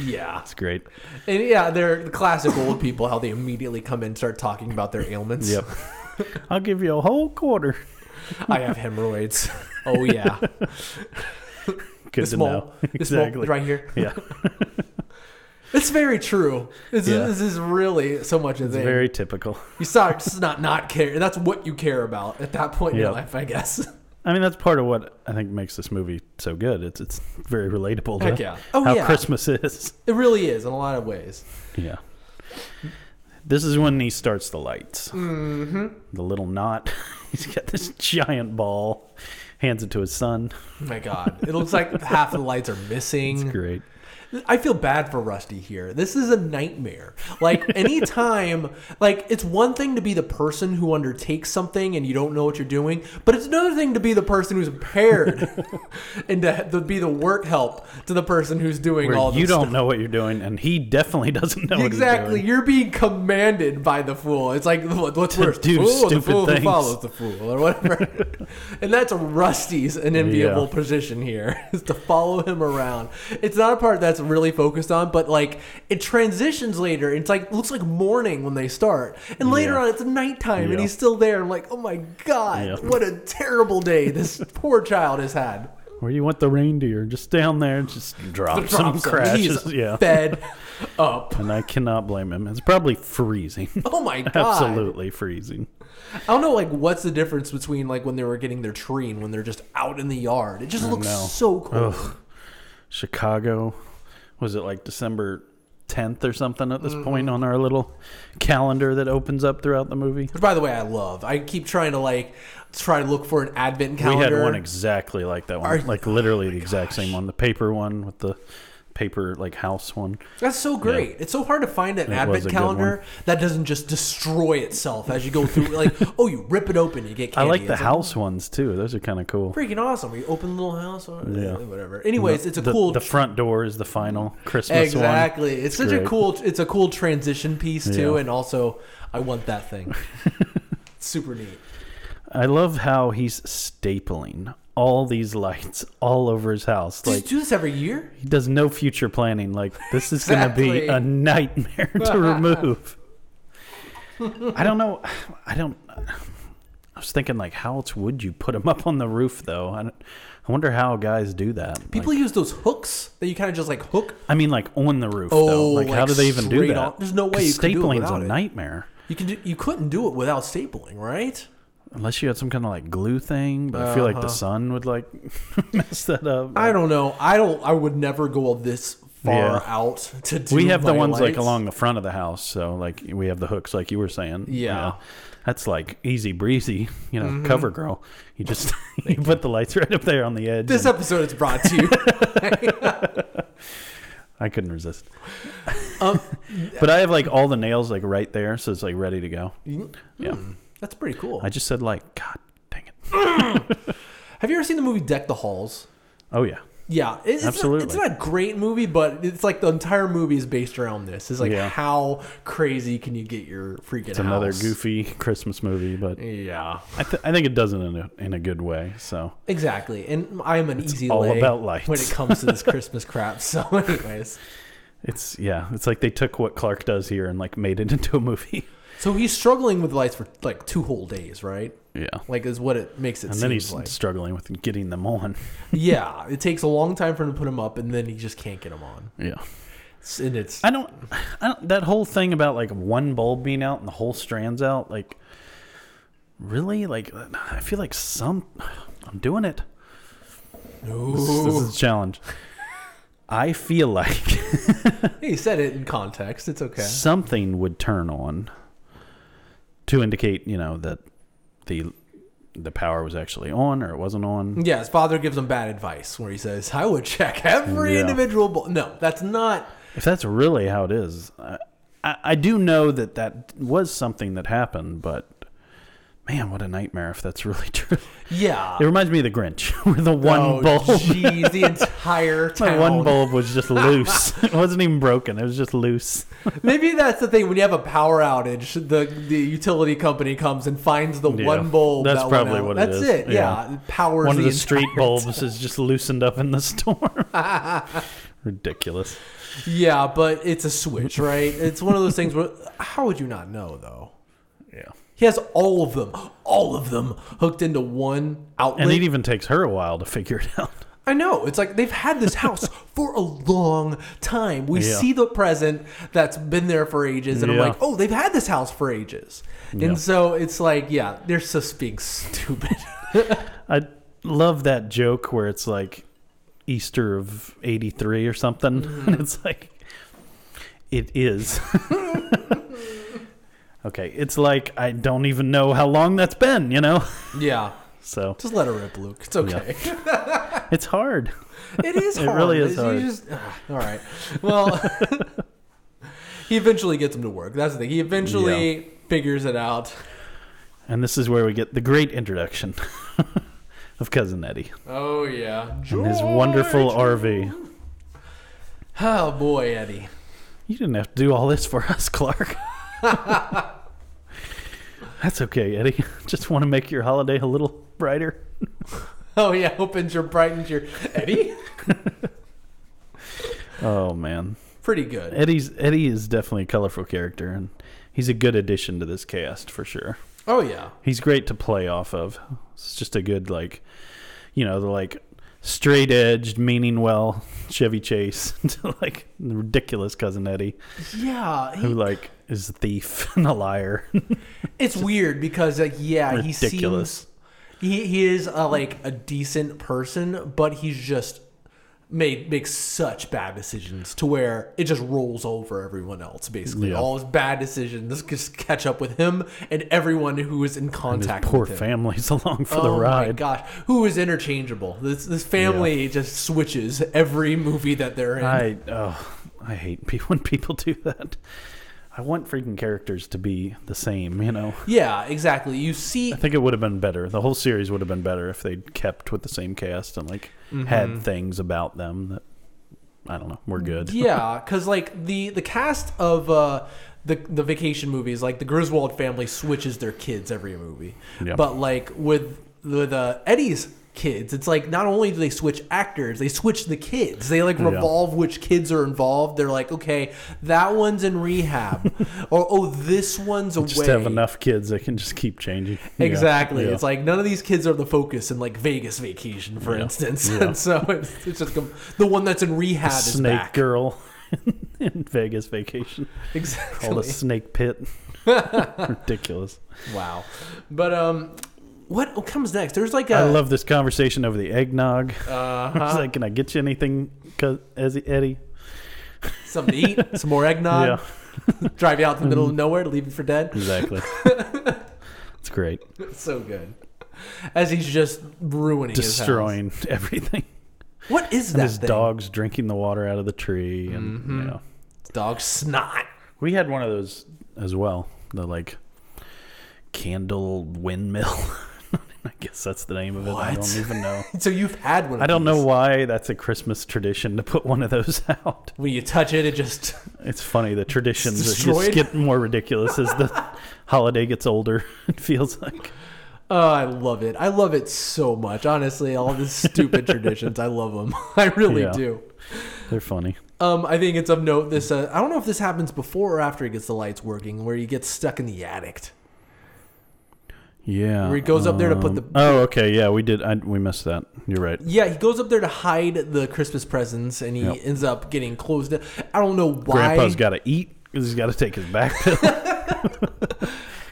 Speaker 3: yeah,
Speaker 2: It's great.
Speaker 3: and yeah, they're the classic old people. How they immediately come in, and start talking about their ailments.
Speaker 2: Yep. *laughs* I'll give you a whole quarter.
Speaker 3: *laughs* I have hemorrhoids. *laughs*
Speaker 2: *laughs*
Speaker 3: Oh yeah,
Speaker 2: Good
Speaker 3: this
Speaker 2: to
Speaker 3: mole,
Speaker 2: know.
Speaker 3: this
Speaker 2: *laughs*
Speaker 3: mole
Speaker 2: exactly.
Speaker 3: right here.
Speaker 2: Yeah,
Speaker 3: It's very true. This,
Speaker 2: Yeah.
Speaker 3: is, this is really so much a thing.
Speaker 2: very typical.
Speaker 3: you start just not not care. That's what you care about at that point in your
Speaker 2: Yeah.
Speaker 3: life, I guess. *laughs*
Speaker 2: I mean, that's part of what I think makes this movie so good. It's it's very relatable.
Speaker 3: Heck
Speaker 2: to
Speaker 3: yeah. Oh,
Speaker 2: how
Speaker 3: yeah.
Speaker 2: Christmas is.
Speaker 3: It really is in a lot of ways.
Speaker 2: Yeah. This is when he starts the lights. Mm-hmm. The little knot. *laughs* He's got this giant ball. Hands it to his son.
Speaker 3: Oh my God, it looks like half the lights are missing.
Speaker 2: Great.
Speaker 3: I feel bad for Rusty here. This is a nightmare.
Speaker 2: *laughs*
Speaker 3: Like anytime, like it's one thing to be the person who undertakes something and you don't know what you're doing, but it's another thing to be the person who's
Speaker 2: *laughs*
Speaker 3: impaired and to, to be the work help to the person who's doing all
Speaker 2: Where
Speaker 3: this
Speaker 2: you don't
Speaker 3: stuff.
Speaker 2: know what you're doing, and he definitely *laughs* doesn't know what he's
Speaker 3: Exactly,
Speaker 2: doing.
Speaker 3: you're being commanded by the fool. It's like *laughs* what- what's worse,
Speaker 2: do
Speaker 3: the fool or the
Speaker 2: stupid
Speaker 3: fool who
Speaker 2: things.
Speaker 3: follows the fool, or whatever.
Speaker 2: *laughs*
Speaker 3: and that's Rusty's an enviable position here *laughs* is to follow him around. It's not a part that's really focused on, but like it transitions later. It's like looks like morning when they start, and later
Speaker 2: Yeah.
Speaker 3: on it's nighttime, and
Speaker 2: Yeah.
Speaker 3: he's still there. I'm like, oh my god,
Speaker 2: Yeah.
Speaker 3: what a terrible day
Speaker 2: *laughs*
Speaker 3: this poor child has had.
Speaker 2: Where you want the reindeer? Just down there,
Speaker 3: *laughs*
Speaker 2: just drop some
Speaker 3: Drops him.
Speaker 2: crashes.
Speaker 3: He's
Speaker 2: Yeah,
Speaker 3: fed *laughs* up.
Speaker 2: and I cannot blame him. It's probably
Speaker 3: *laughs*
Speaker 2: freezing. *laughs*
Speaker 3: Oh my god.
Speaker 2: Absolutely freezing.
Speaker 3: I don't know, like, what's the difference between like when they were getting their tree and when they're just out in the yard? It just looks
Speaker 2: know.
Speaker 3: so cool.
Speaker 2: Ugh. Chicago. Was it like December 10th or something at this
Speaker 3: Mm-hmm.
Speaker 2: point on our little calendar that opens up throughout the movie?
Speaker 3: Which, by the way, I love. I keep trying to like try to look for an advent
Speaker 2: We
Speaker 3: calendar. Oh
Speaker 2: had one exactly like that one.
Speaker 3: Are-
Speaker 2: like literally the exact same one. The paper one with the paper like house one.
Speaker 3: That's so great. It's so hard to find an
Speaker 2: It was a
Speaker 3: advent
Speaker 2: good
Speaker 3: calendar that doesn't just destroy itself as you go through.
Speaker 2: *laughs*
Speaker 3: like, oh, you rip it open, you get
Speaker 2: I
Speaker 3: candy.
Speaker 2: like the
Speaker 3: It's
Speaker 2: house ones too. Those are kind of cool.
Speaker 3: Freaking awesome! You open the little house, or
Speaker 2: Yeah.
Speaker 3: whatever. Anyways, it's a
Speaker 2: the,
Speaker 3: cool
Speaker 2: the front door is the final Christmas one.
Speaker 3: Exactly. It's such
Speaker 2: great.
Speaker 3: a cool it's a cool transition piece too,
Speaker 2: Yeah.
Speaker 3: and also I want
Speaker 2: *laughs*
Speaker 3: that thing. Super neat.
Speaker 2: I love how he's stapling all these lights all over his house.
Speaker 3: Does
Speaker 2: Like
Speaker 3: he do this every year?
Speaker 2: He does no future planning. Like this is going to
Speaker 3: Exactly.
Speaker 2: be a nightmare
Speaker 3: *laughs*
Speaker 2: to remove. I don't know. I don't. I was thinking like, how else would you put them up on the roof though? I, don't- I wonder how guys do that. Like-
Speaker 3: People use those hooks that you kind of just like hook.
Speaker 2: I mean, like on the roof though.
Speaker 3: Oh,
Speaker 2: Like, how
Speaker 3: like
Speaker 2: do they even do
Speaker 3: straight
Speaker 2: that?
Speaker 3: on- there's no way
Speaker 2: 'Cause
Speaker 3: you could do it
Speaker 2: stapling's
Speaker 3: without
Speaker 2: a
Speaker 3: it.
Speaker 2: nightmare.
Speaker 3: You can do, you couldn't do it without stapling, right?
Speaker 2: Unless you had some kind of like glue thing, but I feel like the sun would like *laughs* mess that up.
Speaker 3: Uh-huh. I don't know. I don't. I would never go this far
Speaker 2: Yeah.
Speaker 3: out to do.
Speaker 2: we have the
Speaker 3: my
Speaker 2: ones like
Speaker 3: lights.
Speaker 2: along the front of the house so like we have the hooks like you were saying
Speaker 3: Yeah. Mm-hmm.
Speaker 2: that's like easy breezy you know cover girl you just *laughs* you put the lights right up there on the edge
Speaker 3: This
Speaker 2: and
Speaker 3: episode is brought to
Speaker 2: *laughs*
Speaker 3: you. *laughs*
Speaker 2: i couldn't resist
Speaker 3: Um,
Speaker 2: but i have like all the nails like right there so it's like ready to go yeah
Speaker 3: That's pretty cool.
Speaker 2: i just said like god dang it
Speaker 3: Have you ever seen the movie Deck the Halls?
Speaker 2: oh yeah
Speaker 3: Yeah, it- it's
Speaker 2: Absolutely.
Speaker 3: Not, it's not a great movie, but it's like the entire movie is based around this. It's like
Speaker 2: Yeah.
Speaker 3: how crazy can you get your freaking
Speaker 2: it's another
Speaker 3: house?
Speaker 2: goofy christmas movie but
Speaker 3: Yeah,
Speaker 2: I, th- I think it does it in a, in a good way so
Speaker 3: exactly. And I am an easy
Speaker 2: all
Speaker 3: lay
Speaker 2: about
Speaker 3: when
Speaker 2: lights.
Speaker 3: it comes
Speaker 2: *laughs*
Speaker 3: to this Christmas crap. So, anyways,
Speaker 2: it's yeah it's like they took what clark does here and like made it *laughs* into a movie
Speaker 3: so he's struggling with lights for like two whole days, right?
Speaker 2: yeah
Speaker 3: Like is what it makes it
Speaker 2: and
Speaker 3: seem
Speaker 2: then he's
Speaker 3: like.
Speaker 2: struggling with getting them on. *laughs*
Speaker 3: yeah, it takes a long time for him to put him up, and then he just can't get him on.
Speaker 2: Yeah,
Speaker 3: It's- And it's
Speaker 2: I don't, I don't. That whole thing about like one bulb being out and the whole strand's out, like, really, like, I feel like some. I'm doing it. This, is- this
Speaker 3: Ooh.
Speaker 2: is a challenge. I feel
Speaker 3: *laughs*
Speaker 2: like
Speaker 3: he said it in context. It's okay.
Speaker 2: something would turn on to indicate, you know, that the the power was actually on or it wasn't on.
Speaker 3: Yeah, his father gives him bad advice where he says, "I would check every
Speaker 2: Yeah.
Speaker 3: individual." Bo-. No, that's not.
Speaker 2: If that's really how it is, I, I, I do know that that was something that happened, but man, what a nightmare if that's really *laughs* true.
Speaker 3: Yeah,
Speaker 2: It reminds me of the Grinch, *laughs* where the one
Speaker 3: oh,
Speaker 2: bulb, *laughs*
Speaker 3: Jeez, the entire
Speaker 2: the
Speaker 3: town.
Speaker 2: one bulb was
Speaker 3: *laughs*
Speaker 2: just loose. it wasn't even broken; it was just loose.
Speaker 3: Maybe that's the thing. When you have a power outage, the the utility company comes and finds the
Speaker 2: Yeah,
Speaker 3: one bulb.
Speaker 2: that's
Speaker 3: that went
Speaker 2: probably
Speaker 3: out.
Speaker 2: what it
Speaker 3: that's
Speaker 2: is.
Speaker 3: That's it. Yeah,
Speaker 2: Yeah.
Speaker 3: It powers
Speaker 2: one of the
Speaker 3: entire
Speaker 2: street
Speaker 3: town.
Speaker 2: bulbs is just loosened up in the
Speaker 3: *laughs*
Speaker 2: storm. Ridiculous.
Speaker 3: Yeah, but it's a switch, right? It's one of those things where how would you not know though?
Speaker 2: Yeah,
Speaker 3: He has all of them, all of them hooked into one outlet.
Speaker 2: and it even takes her a while to figure it out.
Speaker 3: I know. It's like they've had
Speaker 2: *laughs*
Speaker 3: this house for a long time. We
Speaker 2: Yeah.
Speaker 3: see the present that's been there for ages, and I'm
Speaker 2: Yeah.
Speaker 3: like, oh, they've had this house for ages.
Speaker 2: Yeah.
Speaker 3: And so it's like, yeah, they're just being stupid. *laughs*
Speaker 2: I love that joke where it's like Easter of 83 or something. *laughs* And it's like, it is. *laughs* okay. It's like, I don't even know how long that's been, you know?
Speaker 3: yeah.
Speaker 2: So
Speaker 3: Just let her rip, Luke.
Speaker 2: *laughs*
Speaker 3: It's okay.
Speaker 2: it's hard.
Speaker 3: It is
Speaker 2: It
Speaker 3: hard.
Speaker 2: really is
Speaker 3: You
Speaker 2: hard.
Speaker 3: just- ah, all right. Well, *laughs* he eventually gets him to work. That's the thing. He eventually figures it out.
Speaker 2: And this is where we get the great introduction *laughs* of Cousin Eddie
Speaker 3: Oh, yeah.
Speaker 2: and his wonderful RV.
Speaker 3: Oh, boy, Eddie.
Speaker 2: You didn't have to do all this for us, Clark. *laughs* That's okay, Eddie. *laughs* Just want to make your holiday a little brighter.
Speaker 3: Oh, yeah. *laughs* Opens your, brightens your. Eddie?
Speaker 2: Oh man,
Speaker 3: Pretty good.
Speaker 2: Eddie's Eddie is definitely a colorful character, and he's a good addition to this cast for sure.
Speaker 3: Oh, yeah.
Speaker 2: He's great to play off of. It's just a good like, you know, the like straight edged, meaning well *laughs* Chevy Chase *laughs* to like the ridiculous cousin Eddie,
Speaker 3: Yeah. he-
Speaker 2: who like is a thief *laughs* and a liar.
Speaker 3: it's weird because, like, yeah, he
Speaker 2: Ridiculous.
Speaker 3: seems. He, he is a, like a decent person, but he's just made makes such bad decisions to where it just rolls over everyone else. Basically,
Speaker 2: Yeah.
Speaker 3: all his bad decisions just catch up with him and everyone who is in
Speaker 2: His
Speaker 3: contact.
Speaker 2: poor
Speaker 3: with him.
Speaker 2: family's *laughs* along for
Speaker 3: oh
Speaker 2: the
Speaker 3: my
Speaker 2: ride.
Speaker 3: gosh, who is interchangeable? This this family just switches every movie that they're in.
Speaker 2: I oh, I hate pe- *laughs* when people do that. I want freaking characters to be the same, you know.
Speaker 3: yeah, exactly. You see,
Speaker 2: I think it would have been better. The whole series would have been better if they'd kept with the same cast and like
Speaker 3: Mm-hmm.
Speaker 2: had things about them that I don't know were good.
Speaker 3: *laughs* yeah, because like the the cast of uh, the the vacation movies, like the Griswold family switches their kids every movie,
Speaker 2: Yeah.
Speaker 3: but like with with uh, Eddie's kids, it's like not only do they switch actors, they switch the kids. They like
Speaker 2: Yeah.
Speaker 3: revolve which kids are involved. They're like, okay, that one's
Speaker 2: *laughs*
Speaker 3: in rehab, or oh, this one's away.
Speaker 2: Just have enough kids that can just keep changing. *laughs* Yeah.
Speaker 3: Exactly.
Speaker 2: Yeah.
Speaker 3: It's like none of these kids are the focus in like Vegas vacation, for instance. *laughs* And so it's, it's just com- the one that's in rehab is
Speaker 2: Snake
Speaker 3: ah, back.
Speaker 2: Girl *laughs* in Vegas Vacation
Speaker 3: *laughs* Exactly.
Speaker 2: called a snake
Speaker 3: *laughs*
Speaker 2: pit. Ridiculous.
Speaker 3: Wow. *laughs* But um, what what comes next? There's like a
Speaker 2: I love this conversation over the eggnog. *laughs*
Speaker 3: uh,
Speaker 2: It's like, can I get you anything, cuz Eddie?
Speaker 3: something to
Speaker 2: *laughs*
Speaker 3: eat, some more eggnog, drive you out to the
Speaker 2: Mm-hmm.
Speaker 3: middle of nowhere to leave you for dead. *laughs*
Speaker 2: Exactly. it's great.
Speaker 3: It's so good. As he's just ruining his house.
Speaker 2: Destroying *laughs* everything.
Speaker 3: What is
Speaker 2: And
Speaker 3: that
Speaker 2: his
Speaker 3: thing? Mm-hmm.
Speaker 2: dog's drinking the water out of the tree, and you know,
Speaker 3: Dog snot. *laughs*
Speaker 2: we had one of those as well. The like candle windmill. *laughs* I guess that's the name of it. I
Speaker 3: What?
Speaker 2: don't even
Speaker 3: *laughs*
Speaker 2: know.
Speaker 3: So you've had one. Of
Speaker 2: I don't know
Speaker 3: these.
Speaker 2: why that's a Christmas tradition to put one of those *laughs* out.
Speaker 3: When you touch it, it just *laughs*
Speaker 2: It's funny the traditions
Speaker 3: It's
Speaker 2: just
Speaker 3: destroyed.
Speaker 2: get more ridiculous as
Speaker 3: *laughs*
Speaker 2: the holiday gets older. *laughs* It feels like
Speaker 3: Oh, I love it. I love it so much. Honestly, all these
Speaker 2: *laughs*
Speaker 3: stupid traditions, I love them. *laughs* I really
Speaker 2: Yeah.
Speaker 3: do.
Speaker 2: they're funny.
Speaker 3: Um, I think it's of note. This uh, I don't know if this happens before or after he gets the lights working, where he gets stuck in the attic,
Speaker 2: Yeah.
Speaker 3: where he goes up there to put the.
Speaker 2: um, Oh, okay. Yeah, we did. I, we missed that. You're right.
Speaker 3: yeah, he goes up there to hide the Christmas presents, and he
Speaker 2: Yep.
Speaker 3: ends up getting closed. in. I don't know why. *laughs*
Speaker 2: Grandpa's got to eat 'cause he's got to take his back pill. *laughs*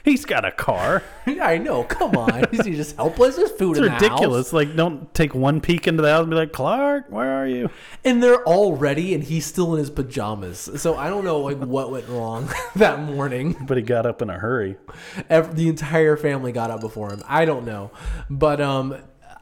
Speaker 2: he's got a car.
Speaker 3: I know.
Speaker 2: *laughs*
Speaker 3: Come on, is he just helpless? There's food
Speaker 2: It's
Speaker 3: in the
Speaker 2: ridiculous.
Speaker 3: house,
Speaker 2: Like, don't take one peek into the house and be like, Clark, where are you?
Speaker 3: and they're all ready, and he's still in his pajamas. So I don't know like what went wrong *laughs* that morning.
Speaker 2: But he got up in a hurry.
Speaker 3: Ev the entire family got up before him. I don't know, but um,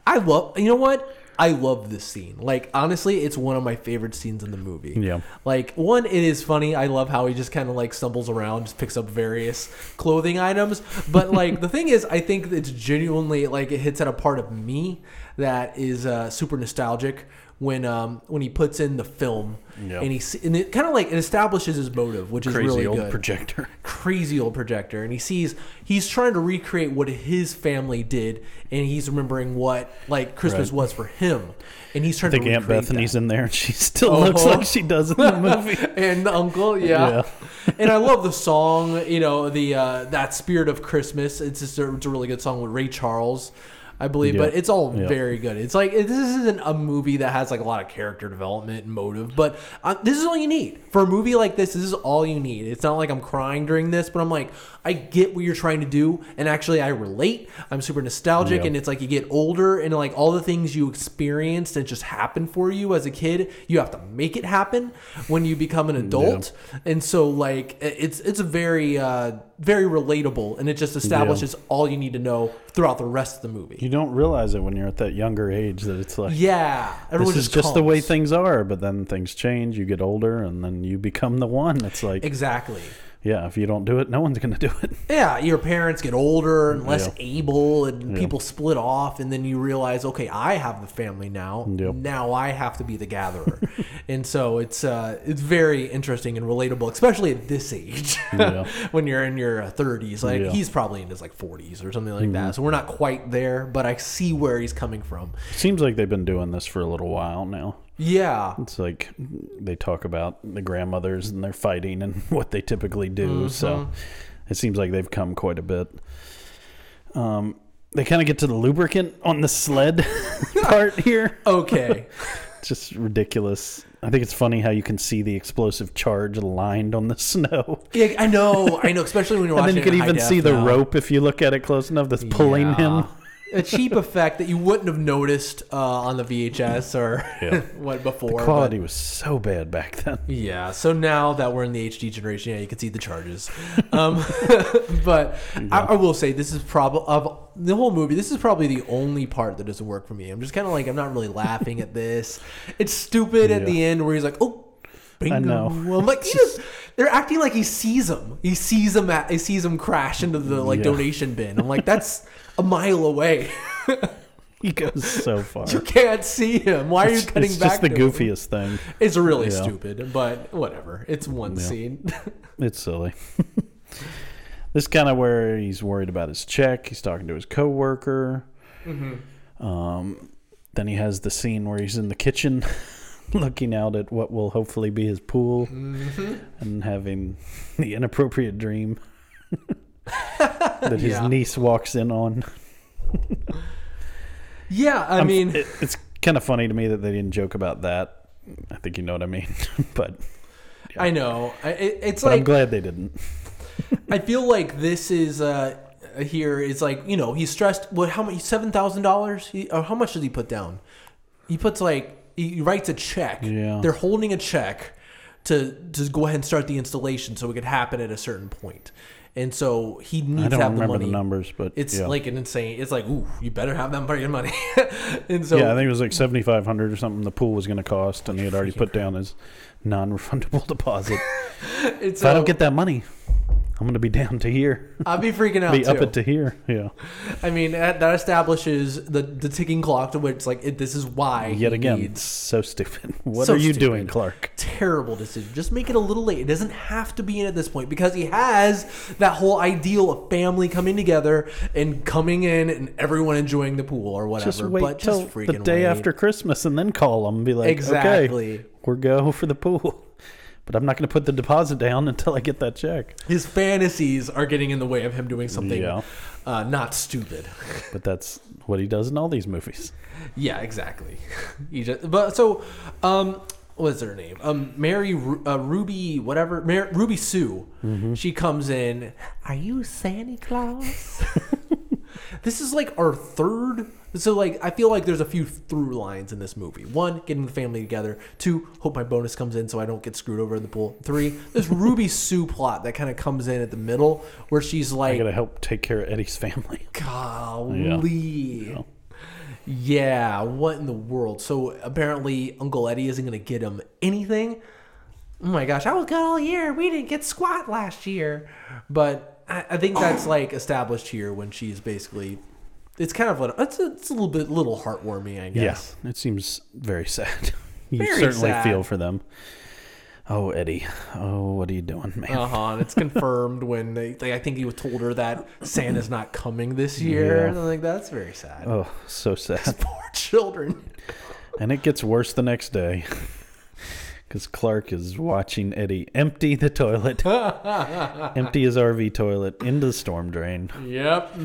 Speaker 3: I love. You know what? I love this scene. Like honestly, it's one of my favorite scenes in the movie.
Speaker 2: Yeah.
Speaker 3: Like one, it is funny. I love how he just kind of like stumbles around, just picks up various clothing items. But like the thing is, I think it's genuinely like it hits at a part of me that is uh, super nostalgic when um when he puts in the film
Speaker 2: Yeah.
Speaker 3: and he s- and it kind of like it establishes his motive, which is
Speaker 2: Crazy
Speaker 3: really
Speaker 2: old
Speaker 3: good
Speaker 2: projector.
Speaker 3: crazy old projector and he sees he's trying to recreate what his family did and he's remembering what like christmas
Speaker 2: Right.
Speaker 3: was for him and he's trying
Speaker 2: I think
Speaker 3: to
Speaker 2: Aunt
Speaker 3: recreate
Speaker 2: Bethany's
Speaker 3: that.
Speaker 2: in there and she still
Speaker 3: Oh.
Speaker 2: looks like she does in *laughs* the movie.
Speaker 3: *laughs* and the uncle yeah, and i love the song you know the uh that spirit of christmas it's just a, it's a really good song with ray charles i believe
Speaker 2: Yeah.
Speaker 3: but it's all
Speaker 2: Yeah.
Speaker 3: very good it's like it- this isn't a movie that has like a lot of character development and motive but uh, this is all you need for a movie like this this is all you need it's not like i'm crying during this but i'm like i get what you're trying to do and actually i relate i'm super nostalgic
Speaker 2: Yeah.
Speaker 3: and it's like you get older and like all the things you experienced and just happened for you as a kid you have to make it happen when you become
Speaker 2: Mm,
Speaker 3: an adult and so like i- it's it's a very uh very relatable and it just establishes all you need to know throughout the rest of the movie.
Speaker 2: You don't realize it when you're at that younger age that it's like
Speaker 3: Yeah, everyone
Speaker 2: this is just the way
Speaker 3: comes.
Speaker 2: things are, but then things change, you get older and then you become the one. It's like
Speaker 3: Exactly.
Speaker 2: yeah, if you don't do it, no one's gonna do it. *laughs*
Speaker 3: Yeah, your parents get older and less
Speaker 2: Yeah.
Speaker 3: able, and people split off, and then you realize, okay, I have the family now.
Speaker 2: Yep.
Speaker 3: Now I have to be the
Speaker 2: *laughs*
Speaker 3: gatherer, and so it's uh, it's very interesting and relatable, especially at this age
Speaker 2: Yeah.
Speaker 3: *laughs* when you're in your uh, thirties. Like
Speaker 2: Yeah. Mm-hmm.
Speaker 3: he's probably in his like forties or something like that. So we're not quite there, but I see where he's coming from.
Speaker 2: Seems like they've been doing this for a little while now.
Speaker 3: Yeah,
Speaker 2: It's like they talk about the grandmothers and they're fighting and *laughs* what they typically do.
Speaker 3: Mm-hmm.
Speaker 2: So it seems like they've come quite a bit. Um, they kind of get to the lubricant on the sled *laughs* part here. *laughs*
Speaker 3: okay,
Speaker 2: It's just ridiculous. I think it's funny how you can see the explosive charge lined on the *laughs* snow.
Speaker 3: yeah, I know, I know, especially when you're
Speaker 2: And
Speaker 3: watching.
Speaker 2: then you can
Speaker 3: it in high
Speaker 2: even
Speaker 3: def
Speaker 2: see the
Speaker 3: now.
Speaker 2: rope if you look at it close enough that's pulling him.
Speaker 3: Yeah. a cheap effect that you wouldn't have noticed uh, on the VHS or
Speaker 2: Yeah.
Speaker 3: *laughs* what before. but-
Speaker 2: Quality was so bad back then. *laughs*
Speaker 3: yeah. So now that we're in the HD generation, yeah, you can see the
Speaker 2: *laughs*
Speaker 3: charges. Um, *laughs* but I, I will say this is probably of the whole movie. This is probably the only part that doesn't work for me. I'm just kind of like I'm not really laughing at this. It's stupid at
Speaker 2: Yeah.
Speaker 3: the end where he's like, oh. Bingo.
Speaker 2: know.
Speaker 3: I'm
Speaker 2: *laughs*
Speaker 3: like, he just, they're acting like he sees him. He sees him. At, he sees him crash into the like
Speaker 2: Yeah.
Speaker 3: donation bin. I'm like, that's a mile away.
Speaker 2: He goes
Speaker 3: *laughs*
Speaker 2: so far.
Speaker 3: You can't see him. Why are you
Speaker 2: It's
Speaker 3: cutting
Speaker 2: it's
Speaker 3: back?
Speaker 2: just the
Speaker 3: to him?
Speaker 2: goofiest thing.
Speaker 3: It's really
Speaker 2: Yeah.
Speaker 3: stupid, but whatever. It's one scene. *laughs*
Speaker 2: It's silly. *laughs* this kind of where he's worried about his check. He's talking to his coworker.
Speaker 3: Mm-hmm.
Speaker 2: Um, then he has the scene where he's in the kitchen, *laughs* looking out at what will hopefully be his pool,
Speaker 3: Mm-hmm.
Speaker 2: and having *laughs* the inappropriate
Speaker 3: *laughs*
Speaker 2: dream that his
Speaker 3: Yeah.
Speaker 2: niece walks in on.
Speaker 3: yeah, I
Speaker 2: I'm-
Speaker 3: mean,
Speaker 2: it, it's kind of funny to me that they didn't joke about that. I think you know what I mean, *laughs* but,
Speaker 3: I know. I, it, it's
Speaker 2: but I'm
Speaker 3: like
Speaker 2: glad they didn't.
Speaker 3: I feel like this is uh here is like you know he's stressed. What? How much? Seven thousand dollars? Or how much does he put down? He puts like he writes a check.
Speaker 2: Yeah.
Speaker 3: They're holding a check to to go ahead and start the installation so it could happen at a certain point. And so he
Speaker 2: I
Speaker 3: needs to
Speaker 2: don't
Speaker 3: have the
Speaker 2: remember
Speaker 3: money.
Speaker 2: the numbers, but
Speaker 3: It's
Speaker 2: yeah.
Speaker 3: like an insane. It's like, ooh, you better have that *laughs* fucking money. and so
Speaker 2: yeah, I think it was like seventy five hundred or something. The pool was going to cost, and he had already put down his non refundable *laughs* deposit.
Speaker 3: it's
Speaker 2: if I don't
Speaker 3: uh,
Speaker 2: get that money, I'm going to be down to *laughs* here,
Speaker 3: I'd be freaking out.
Speaker 2: be
Speaker 3: too.
Speaker 2: up it to here. Yeah,
Speaker 3: I mean, that, that establishes the the ticking clock to which like it, this is why
Speaker 2: yet
Speaker 3: he
Speaker 2: again,
Speaker 3: needs
Speaker 2: so *laughs* stupid. What
Speaker 3: So
Speaker 2: are you
Speaker 3: stupid.
Speaker 2: doing, Clark?
Speaker 3: terrible decision. Just make it a little late. It doesn't have to be in at this point because he has that whole ideal of family coming together and coming in and everyone enjoying the pool or whatever.
Speaker 2: Just wait
Speaker 3: but
Speaker 2: till
Speaker 3: just
Speaker 2: the
Speaker 3: freaking
Speaker 2: day
Speaker 3: wait.
Speaker 2: after Christmas, and then call him. Be like, okay,
Speaker 3: Exactly.
Speaker 2: we're go for the pool, *laughs* but I'm not going to put the deposit down *laughs* until I get that check.
Speaker 3: His fantasies are getting in the way of him doing something
Speaker 2: Yeah.
Speaker 3: uh, not stupid. *laughs*
Speaker 2: But that's what he does in all these movies.
Speaker 3: Yeah, exactly. *laughs* you just but so, um, what's her name? Um, Mary Ru- uh, Ruby, whatever. Mar Ruby Sue. She comes in. Are you Santa Claus? *laughs* this is like our third. So like, I feel like there's a few through lines in this movie. One, getting the family together. Two, hope my bonus comes in so I don't get screwed over in the pool. Three, this Ruby Sue plot that kind of comes in at the middle where she's
Speaker 2: I
Speaker 3: like,
Speaker 2: got to help take care of Eddie's family.
Speaker 3: Golly. Yeah. what in the world? So apparently Uncle Eddie isn't gonna get him anything. Oh my gosh, I was good all year. We didn't get squat last year. But I, I think *coughs* that's like established here when she's basically it's kind of what it's a, it's a little bit little heartwarming, I
Speaker 2: Yes,
Speaker 3: guess.
Speaker 2: it seems very sad. *laughs* you
Speaker 3: Very
Speaker 2: certainly
Speaker 3: sad.
Speaker 2: feel for them. Oh, Eddie. Oh, what are you doing, man?
Speaker 3: Uh huh. And it's confirmed when they, they I think he told her that Santa's not coming this year.
Speaker 2: Yeah.
Speaker 3: And I'm like, that's very sad. *laughs*
Speaker 2: Oh, so sad.
Speaker 3: Poor children.
Speaker 2: and it gets worse the next day. *laughs* Because Clark is watching Eddie empty the toilet, *laughs* empty his RV toilet into the storm drain.
Speaker 3: Yep.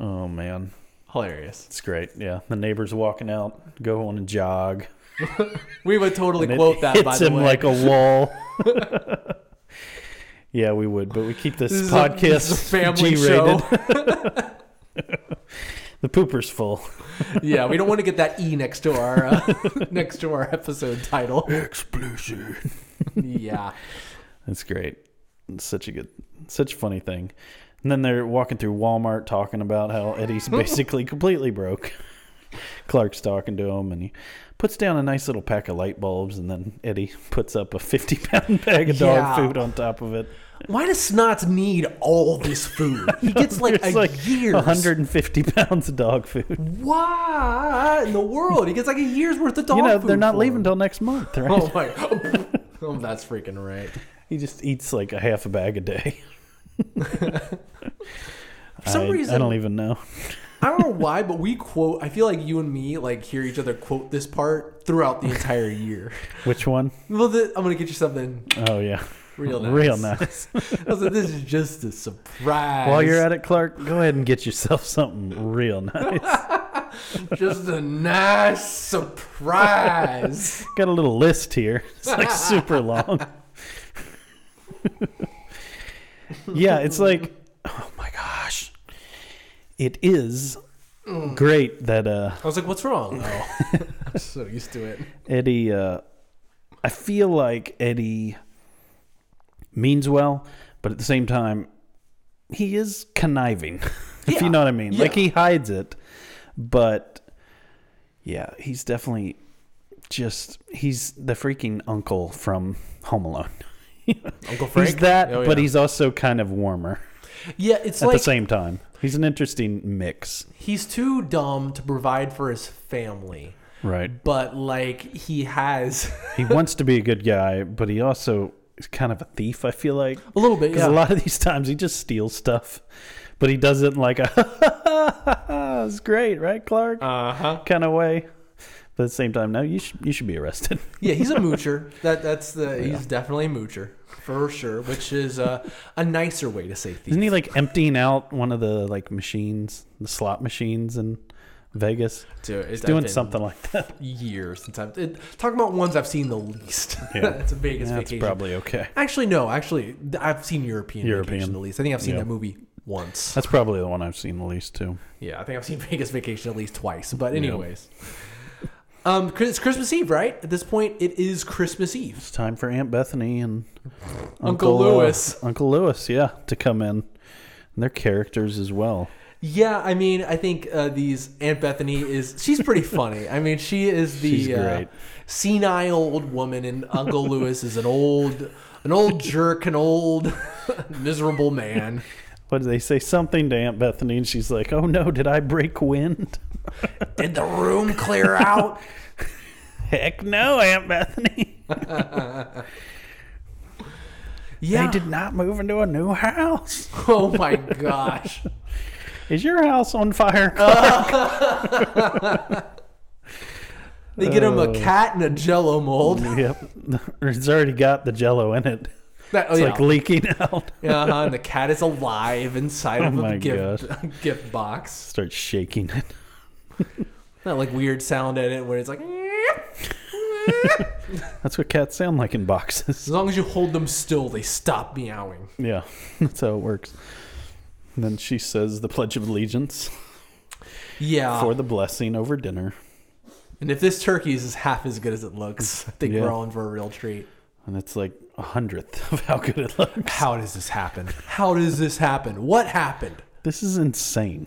Speaker 2: Oh, man.
Speaker 3: Hilarious.
Speaker 2: It's great. Yeah. The neighbor's walking out, go on a jog.
Speaker 3: We would totally
Speaker 2: And it
Speaker 3: quote that.
Speaker 2: hits
Speaker 3: by the
Speaker 2: him
Speaker 3: way,
Speaker 2: like a wall. *laughs* yeah, we would, but we keep this,
Speaker 3: This is a-
Speaker 2: podcast
Speaker 3: this is a family *laughs*
Speaker 2: G-rated. *laughs* the pooper's full.
Speaker 3: *laughs* yeah, we don't want to get that e next to
Speaker 2: *laughs*
Speaker 3: our uh, *laughs* next to our episode title.
Speaker 2: Explosion.
Speaker 3: Yeah,
Speaker 2: That's great. It's such a good, such a funny thing. And then they're walking through Walmart talking about how Eddie's
Speaker 3: *laughs*
Speaker 2: basically completely broke. Clark's talking to him, and he puts down a nice little pack of light bulbs, and then Eddie *laughs* puts up a 50 pound bag of
Speaker 3: Yeah.
Speaker 2: dog food on top of it.
Speaker 3: Why does Snots need all this food?
Speaker 2: *laughs*
Speaker 3: He gets like a
Speaker 2: There's like
Speaker 3: year's.
Speaker 2: 150 pounds of dog food.
Speaker 3: Why in the world? He gets like a year's worth of dog
Speaker 2: you know,
Speaker 3: food
Speaker 2: they're not
Speaker 3: for
Speaker 2: leaving
Speaker 3: him.
Speaker 2: till next
Speaker 3: *laughs*
Speaker 2: month, right?
Speaker 3: Oh my! Oh, that's freaking right.
Speaker 2: *laughs* He just eats like a half a bag a day.
Speaker 3: For some
Speaker 2: I,
Speaker 3: reason,
Speaker 2: I don't even
Speaker 3: *laughs*
Speaker 2: know.
Speaker 3: I
Speaker 2: *laughs*
Speaker 3: don't know why, but we quote. I feel like you and me like hear each other quote this part throughout the entire year.
Speaker 2: Which one?
Speaker 3: Well, the, I'm gonna get you something
Speaker 2: Oh, yeah.
Speaker 3: real
Speaker 2: *laughs*
Speaker 3: nice.
Speaker 2: Real nice.
Speaker 3: I was like, this is just a surprise.
Speaker 2: While you're at it, Clark, go ahead and get yourself *laughs* something real nice.
Speaker 3: just a nice surprise.
Speaker 2: Got a little list here. *laughs* It's like super long. *laughs* yeah, it's like, oh my gosh. It is great that uh,
Speaker 3: I was like, what's wrong? Oh, *laughs* I'm so used to it.
Speaker 2: Eddie, uh, I feel like Eddie means well, but at the same time, he is conniving, *laughs* if
Speaker 3: Yeah.
Speaker 2: you know what I mean. Like
Speaker 3: Yeah.
Speaker 2: he hides it, but yeah, he's definitely just he's the freaking uncle from Home Alone.
Speaker 3: Uncle Frank.
Speaker 2: he's that,
Speaker 3: Oh,
Speaker 2: but
Speaker 3: yeah.
Speaker 2: he's also kind of warmer
Speaker 3: yeah. It's
Speaker 2: at
Speaker 3: like
Speaker 2: the same time. He's an interesting mix,
Speaker 3: he's too dumb to provide for his family,
Speaker 2: right?
Speaker 3: but like he has *laughs*
Speaker 2: he wants to be a good guy, but he also is kind of a thief. I feel like.
Speaker 3: a little bit.
Speaker 2: Because
Speaker 3: Yeah.
Speaker 2: a lot of these times he just steals stuff, but he does it in like a *laughs* it's great, right, Clark?
Speaker 3: Uh huh.
Speaker 2: kind of way. But at the same time, no, you should you should be arrested. *laughs*
Speaker 3: Yeah, he's a moocher. That that's the he's definitely a moocher for sure, which is uh, a nicer way to say thief.
Speaker 2: Isn't he like emptying out one of the like machines, the slot machines in Vegas?
Speaker 3: Dude, it's
Speaker 2: Doing
Speaker 3: been
Speaker 2: something like
Speaker 3: *laughs*
Speaker 2: that.
Speaker 3: years since I've it, talk about ones I've seen the least. *laughs*
Speaker 2: Yeah.
Speaker 3: it's a Vegas
Speaker 2: That's
Speaker 3: vacation.
Speaker 2: probably okay.
Speaker 3: Actually, no. Actually, th- I've seen European,
Speaker 2: European.
Speaker 3: Vacation the least. I think I've seen
Speaker 2: Yeah.
Speaker 3: that movie once.
Speaker 2: That's probably the one I've seen the least too.
Speaker 3: Yeah, I think I've seen *laughs* Vegas Vacation at least twice. But anyways, um, Chris- it's Christmas Eve, right? At this point, it is Christmas Eve.
Speaker 2: It's time for Aunt Bethany and
Speaker 3: Uncle
Speaker 2: uh,
Speaker 3: Lewis.
Speaker 2: Uncle Lewis, yeah, to come in. And their characters as well.
Speaker 3: Yeah, I mean, I think uh, these Aunt Bethany is
Speaker 2: *laughs*
Speaker 3: she's pretty funny. I mean, she is the
Speaker 2: She's
Speaker 3: uh,
Speaker 2: great.
Speaker 3: senile old woman, and Uncle Lewis is an old, an old jerk, an old *laughs* miserable man.
Speaker 2: What did they say? Something to Aunt Bethany, and she's like, "Oh no, did I break wind?" *laughs*
Speaker 3: Did the room clear out?
Speaker 2: Heck no, Aunt Bethany. *laughs*
Speaker 3: Yeah.
Speaker 2: They did not move into a new house.
Speaker 3: Oh my gosh.
Speaker 2: Is your house on fire? *laughs*
Speaker 3: Uh. They get him
Speaker 2: Oh.
Speaker 3: a cat and a
Speaker 2: *laughs*
Speaker 3: Jello mold.
Speaker 2: yep, it's already got the Jello in it.
Speaker 3: That, oh
Speaker 2: It's
Speaker 3: yeah.
Speaker 2: like leaking out. *laughs*
Speaker 3: uh-huh, and the cat is alive inside of
Speaker 2: Oh
Speaker 3: a
Speaker 2: my
Speaker 3: gift, *laughs* gift box.
Speaker 2: Start shaking it.
Speaker 3: That like weird sound in it where it's like. *laughs*
Speaker 2: That's what cats sound like in boxes. *laughs*
Speaker 3: As long as you hold them still, they stop meowing.
Speaker 2: Yeah, that's how it works. And then she says the Pledge of Allegiance
Speaker 3: Yeah.
Speaker 2: for the blessing over dinner,
Speaker 3: and if this turkey is half as good as it looks, *laughs* I think we're
Speaker 2: Yeah.
Speaker 3: all in for a real treat.
Speaker 2: and it's like a hundredth of how good it looks.
Speaker 3: How does this happen? How does this happen? What happened?
Speaker 2: This is insane.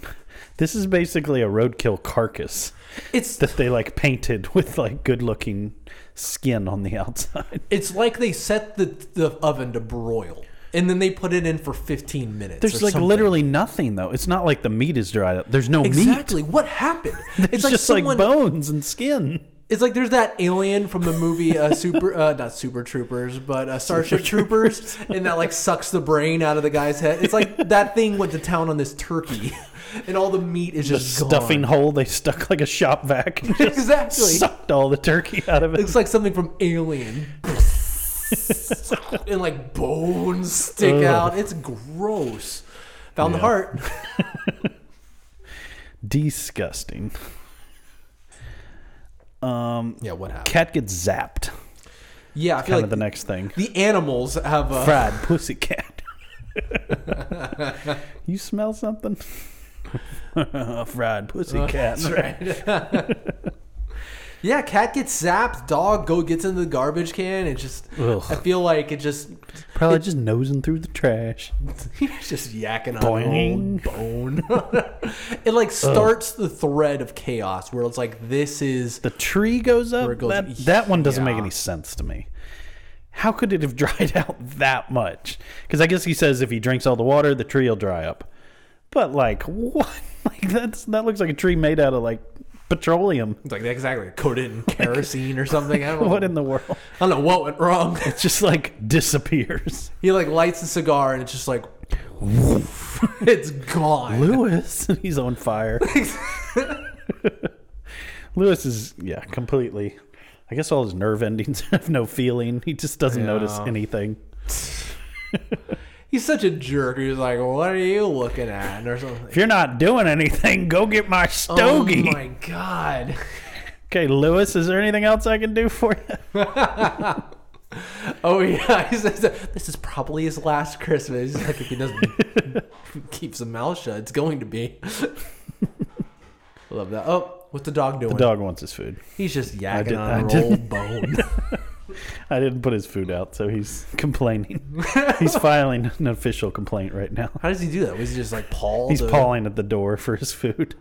Speaker 2: This is basically a roadkill carcass
Speaker 3: It's
Speaker 2: that they like painted with like good looking skin on the outside.
Speaker 3: it's like they set the, the oven to broil and then they put it in for 15 minutes.
Speaker 2: There's
Speaker 3: or
Speaker 2: like
Speaker 3: something.
Speaker 2: literally nothing though. It's not like the meat is dried up. There's no meat.
Speaker 3: Exactly. What
Speaker 2: *laughs*
Speaker 3: happened?
Speaker 2: It's, just like bones and skin.
Speaker 3: It's like there's that alien from the movie uh, Super, uh, not Super Troopers, but uh, Starship Troopers, and that like sucks the brain out of the guy's head. It's like that thing went to town on this turkey, and all the meat is just gone.
Speaker 2: Stuffing hole they stuck like a shop vac and just
Speaker 3: Exactly.
Speaker 2: sucked all the turkey out of it.
Speaker 3: It's like something from Alien, and like bones stick
Speaker 2: Ugh.
Speaker 3: out. It's gross. Found the
Speaker 2: Yeah.
Speaker 3: heart.
Speaker 2: Disgusting. Um
Speaker 3: Yeah, what happened?
Speaker 2: cat gets zapped.
Speaker 3: Yeah, I feel
Speaker 2: Kind
Speaker 3: like
Speaker 2: of the next thing.
Speaker 3: the animals have uh,
Speaker 2: fried pussy cat. you smell something? fried pussy cat.
Speaker 3: *laughs* That's right. Yeah, cat gets zapped. Dog go gets into the garbage can. It just.
Speaker 2: Ugh.
Speaker 3: I feel like it just. *laughs*
Speaker 2: Probably just nosing through the trash.
Speaker 3: He's just yakking on
Speaker 2: Boing.
Speaker 3: bone. bone. *laughs* it like starts the thread of chaos where it's like this is
Speaker 2: The tree goes up.
Speaker 3: Where it goes-
Speaker 2: that, that one doesn't make
Speaker 3: yeah.
Speaker 2: any sense to me. How could it have *laughs* dried out that much? Because I guess he says if he drinks all the water, the tree will dry up. But like *laughs* what? Like that's that looks like a tree made out of like petroleum. *laughs*
Speaker 3: it's like exactly coated in kerosene or something. I don't know
Speaker 2: What in the world?
Speaker 3: I don't know what went wrong. *laughs*
Speaker 2: It just like disappears.
Speaker 3: he like lights a cigar and it's just like, *laughs* woof, it's gone.
Speaker 2: Lewis, *laughs* he's on fire. Lewis is yeah, completely. I guess all his nerve endings *laughs* have no feeling. He just doesn't notice
Speaker 3: Yeah.
Speaker 2: anything.
Speaker 3: He's such a jerk. He's like, what are you looking at? Or something.
Speaker 2: If you're not doing anything, go get my stogie.
Speaker 3: Oh my god.
Speaker 2: *laughs* Okay, Lewis, is there anything else I can do for you? *laughs*
Speaker 3: Oh *laughs* yeah, he says this is probably his last Christmas. He's like if
Speaker 2: *laughs*
Speaker 3: he doesn't keep his mouth shut, it's going to be. *laughs* Love that. Oh, what's the dog doing?
Speaker 2: The dog wants his food.
Speaker 3: He's just yakking
Speaker 2: did-
Speaker 3: on
Speaker 2: I
Speaker 3: an
Speaker 2: didn't- *laughs*
Speaker 3: old bone.
Speaker 2: I didn't put his food out, so he's *laughs* complaining. he's filing an official complaint right now.
Speaker 3: How does he do that? Was he just like Paul?
Speaker 2: He's
Speaker 3: the-
Speaker 2: pawing at the door for his food.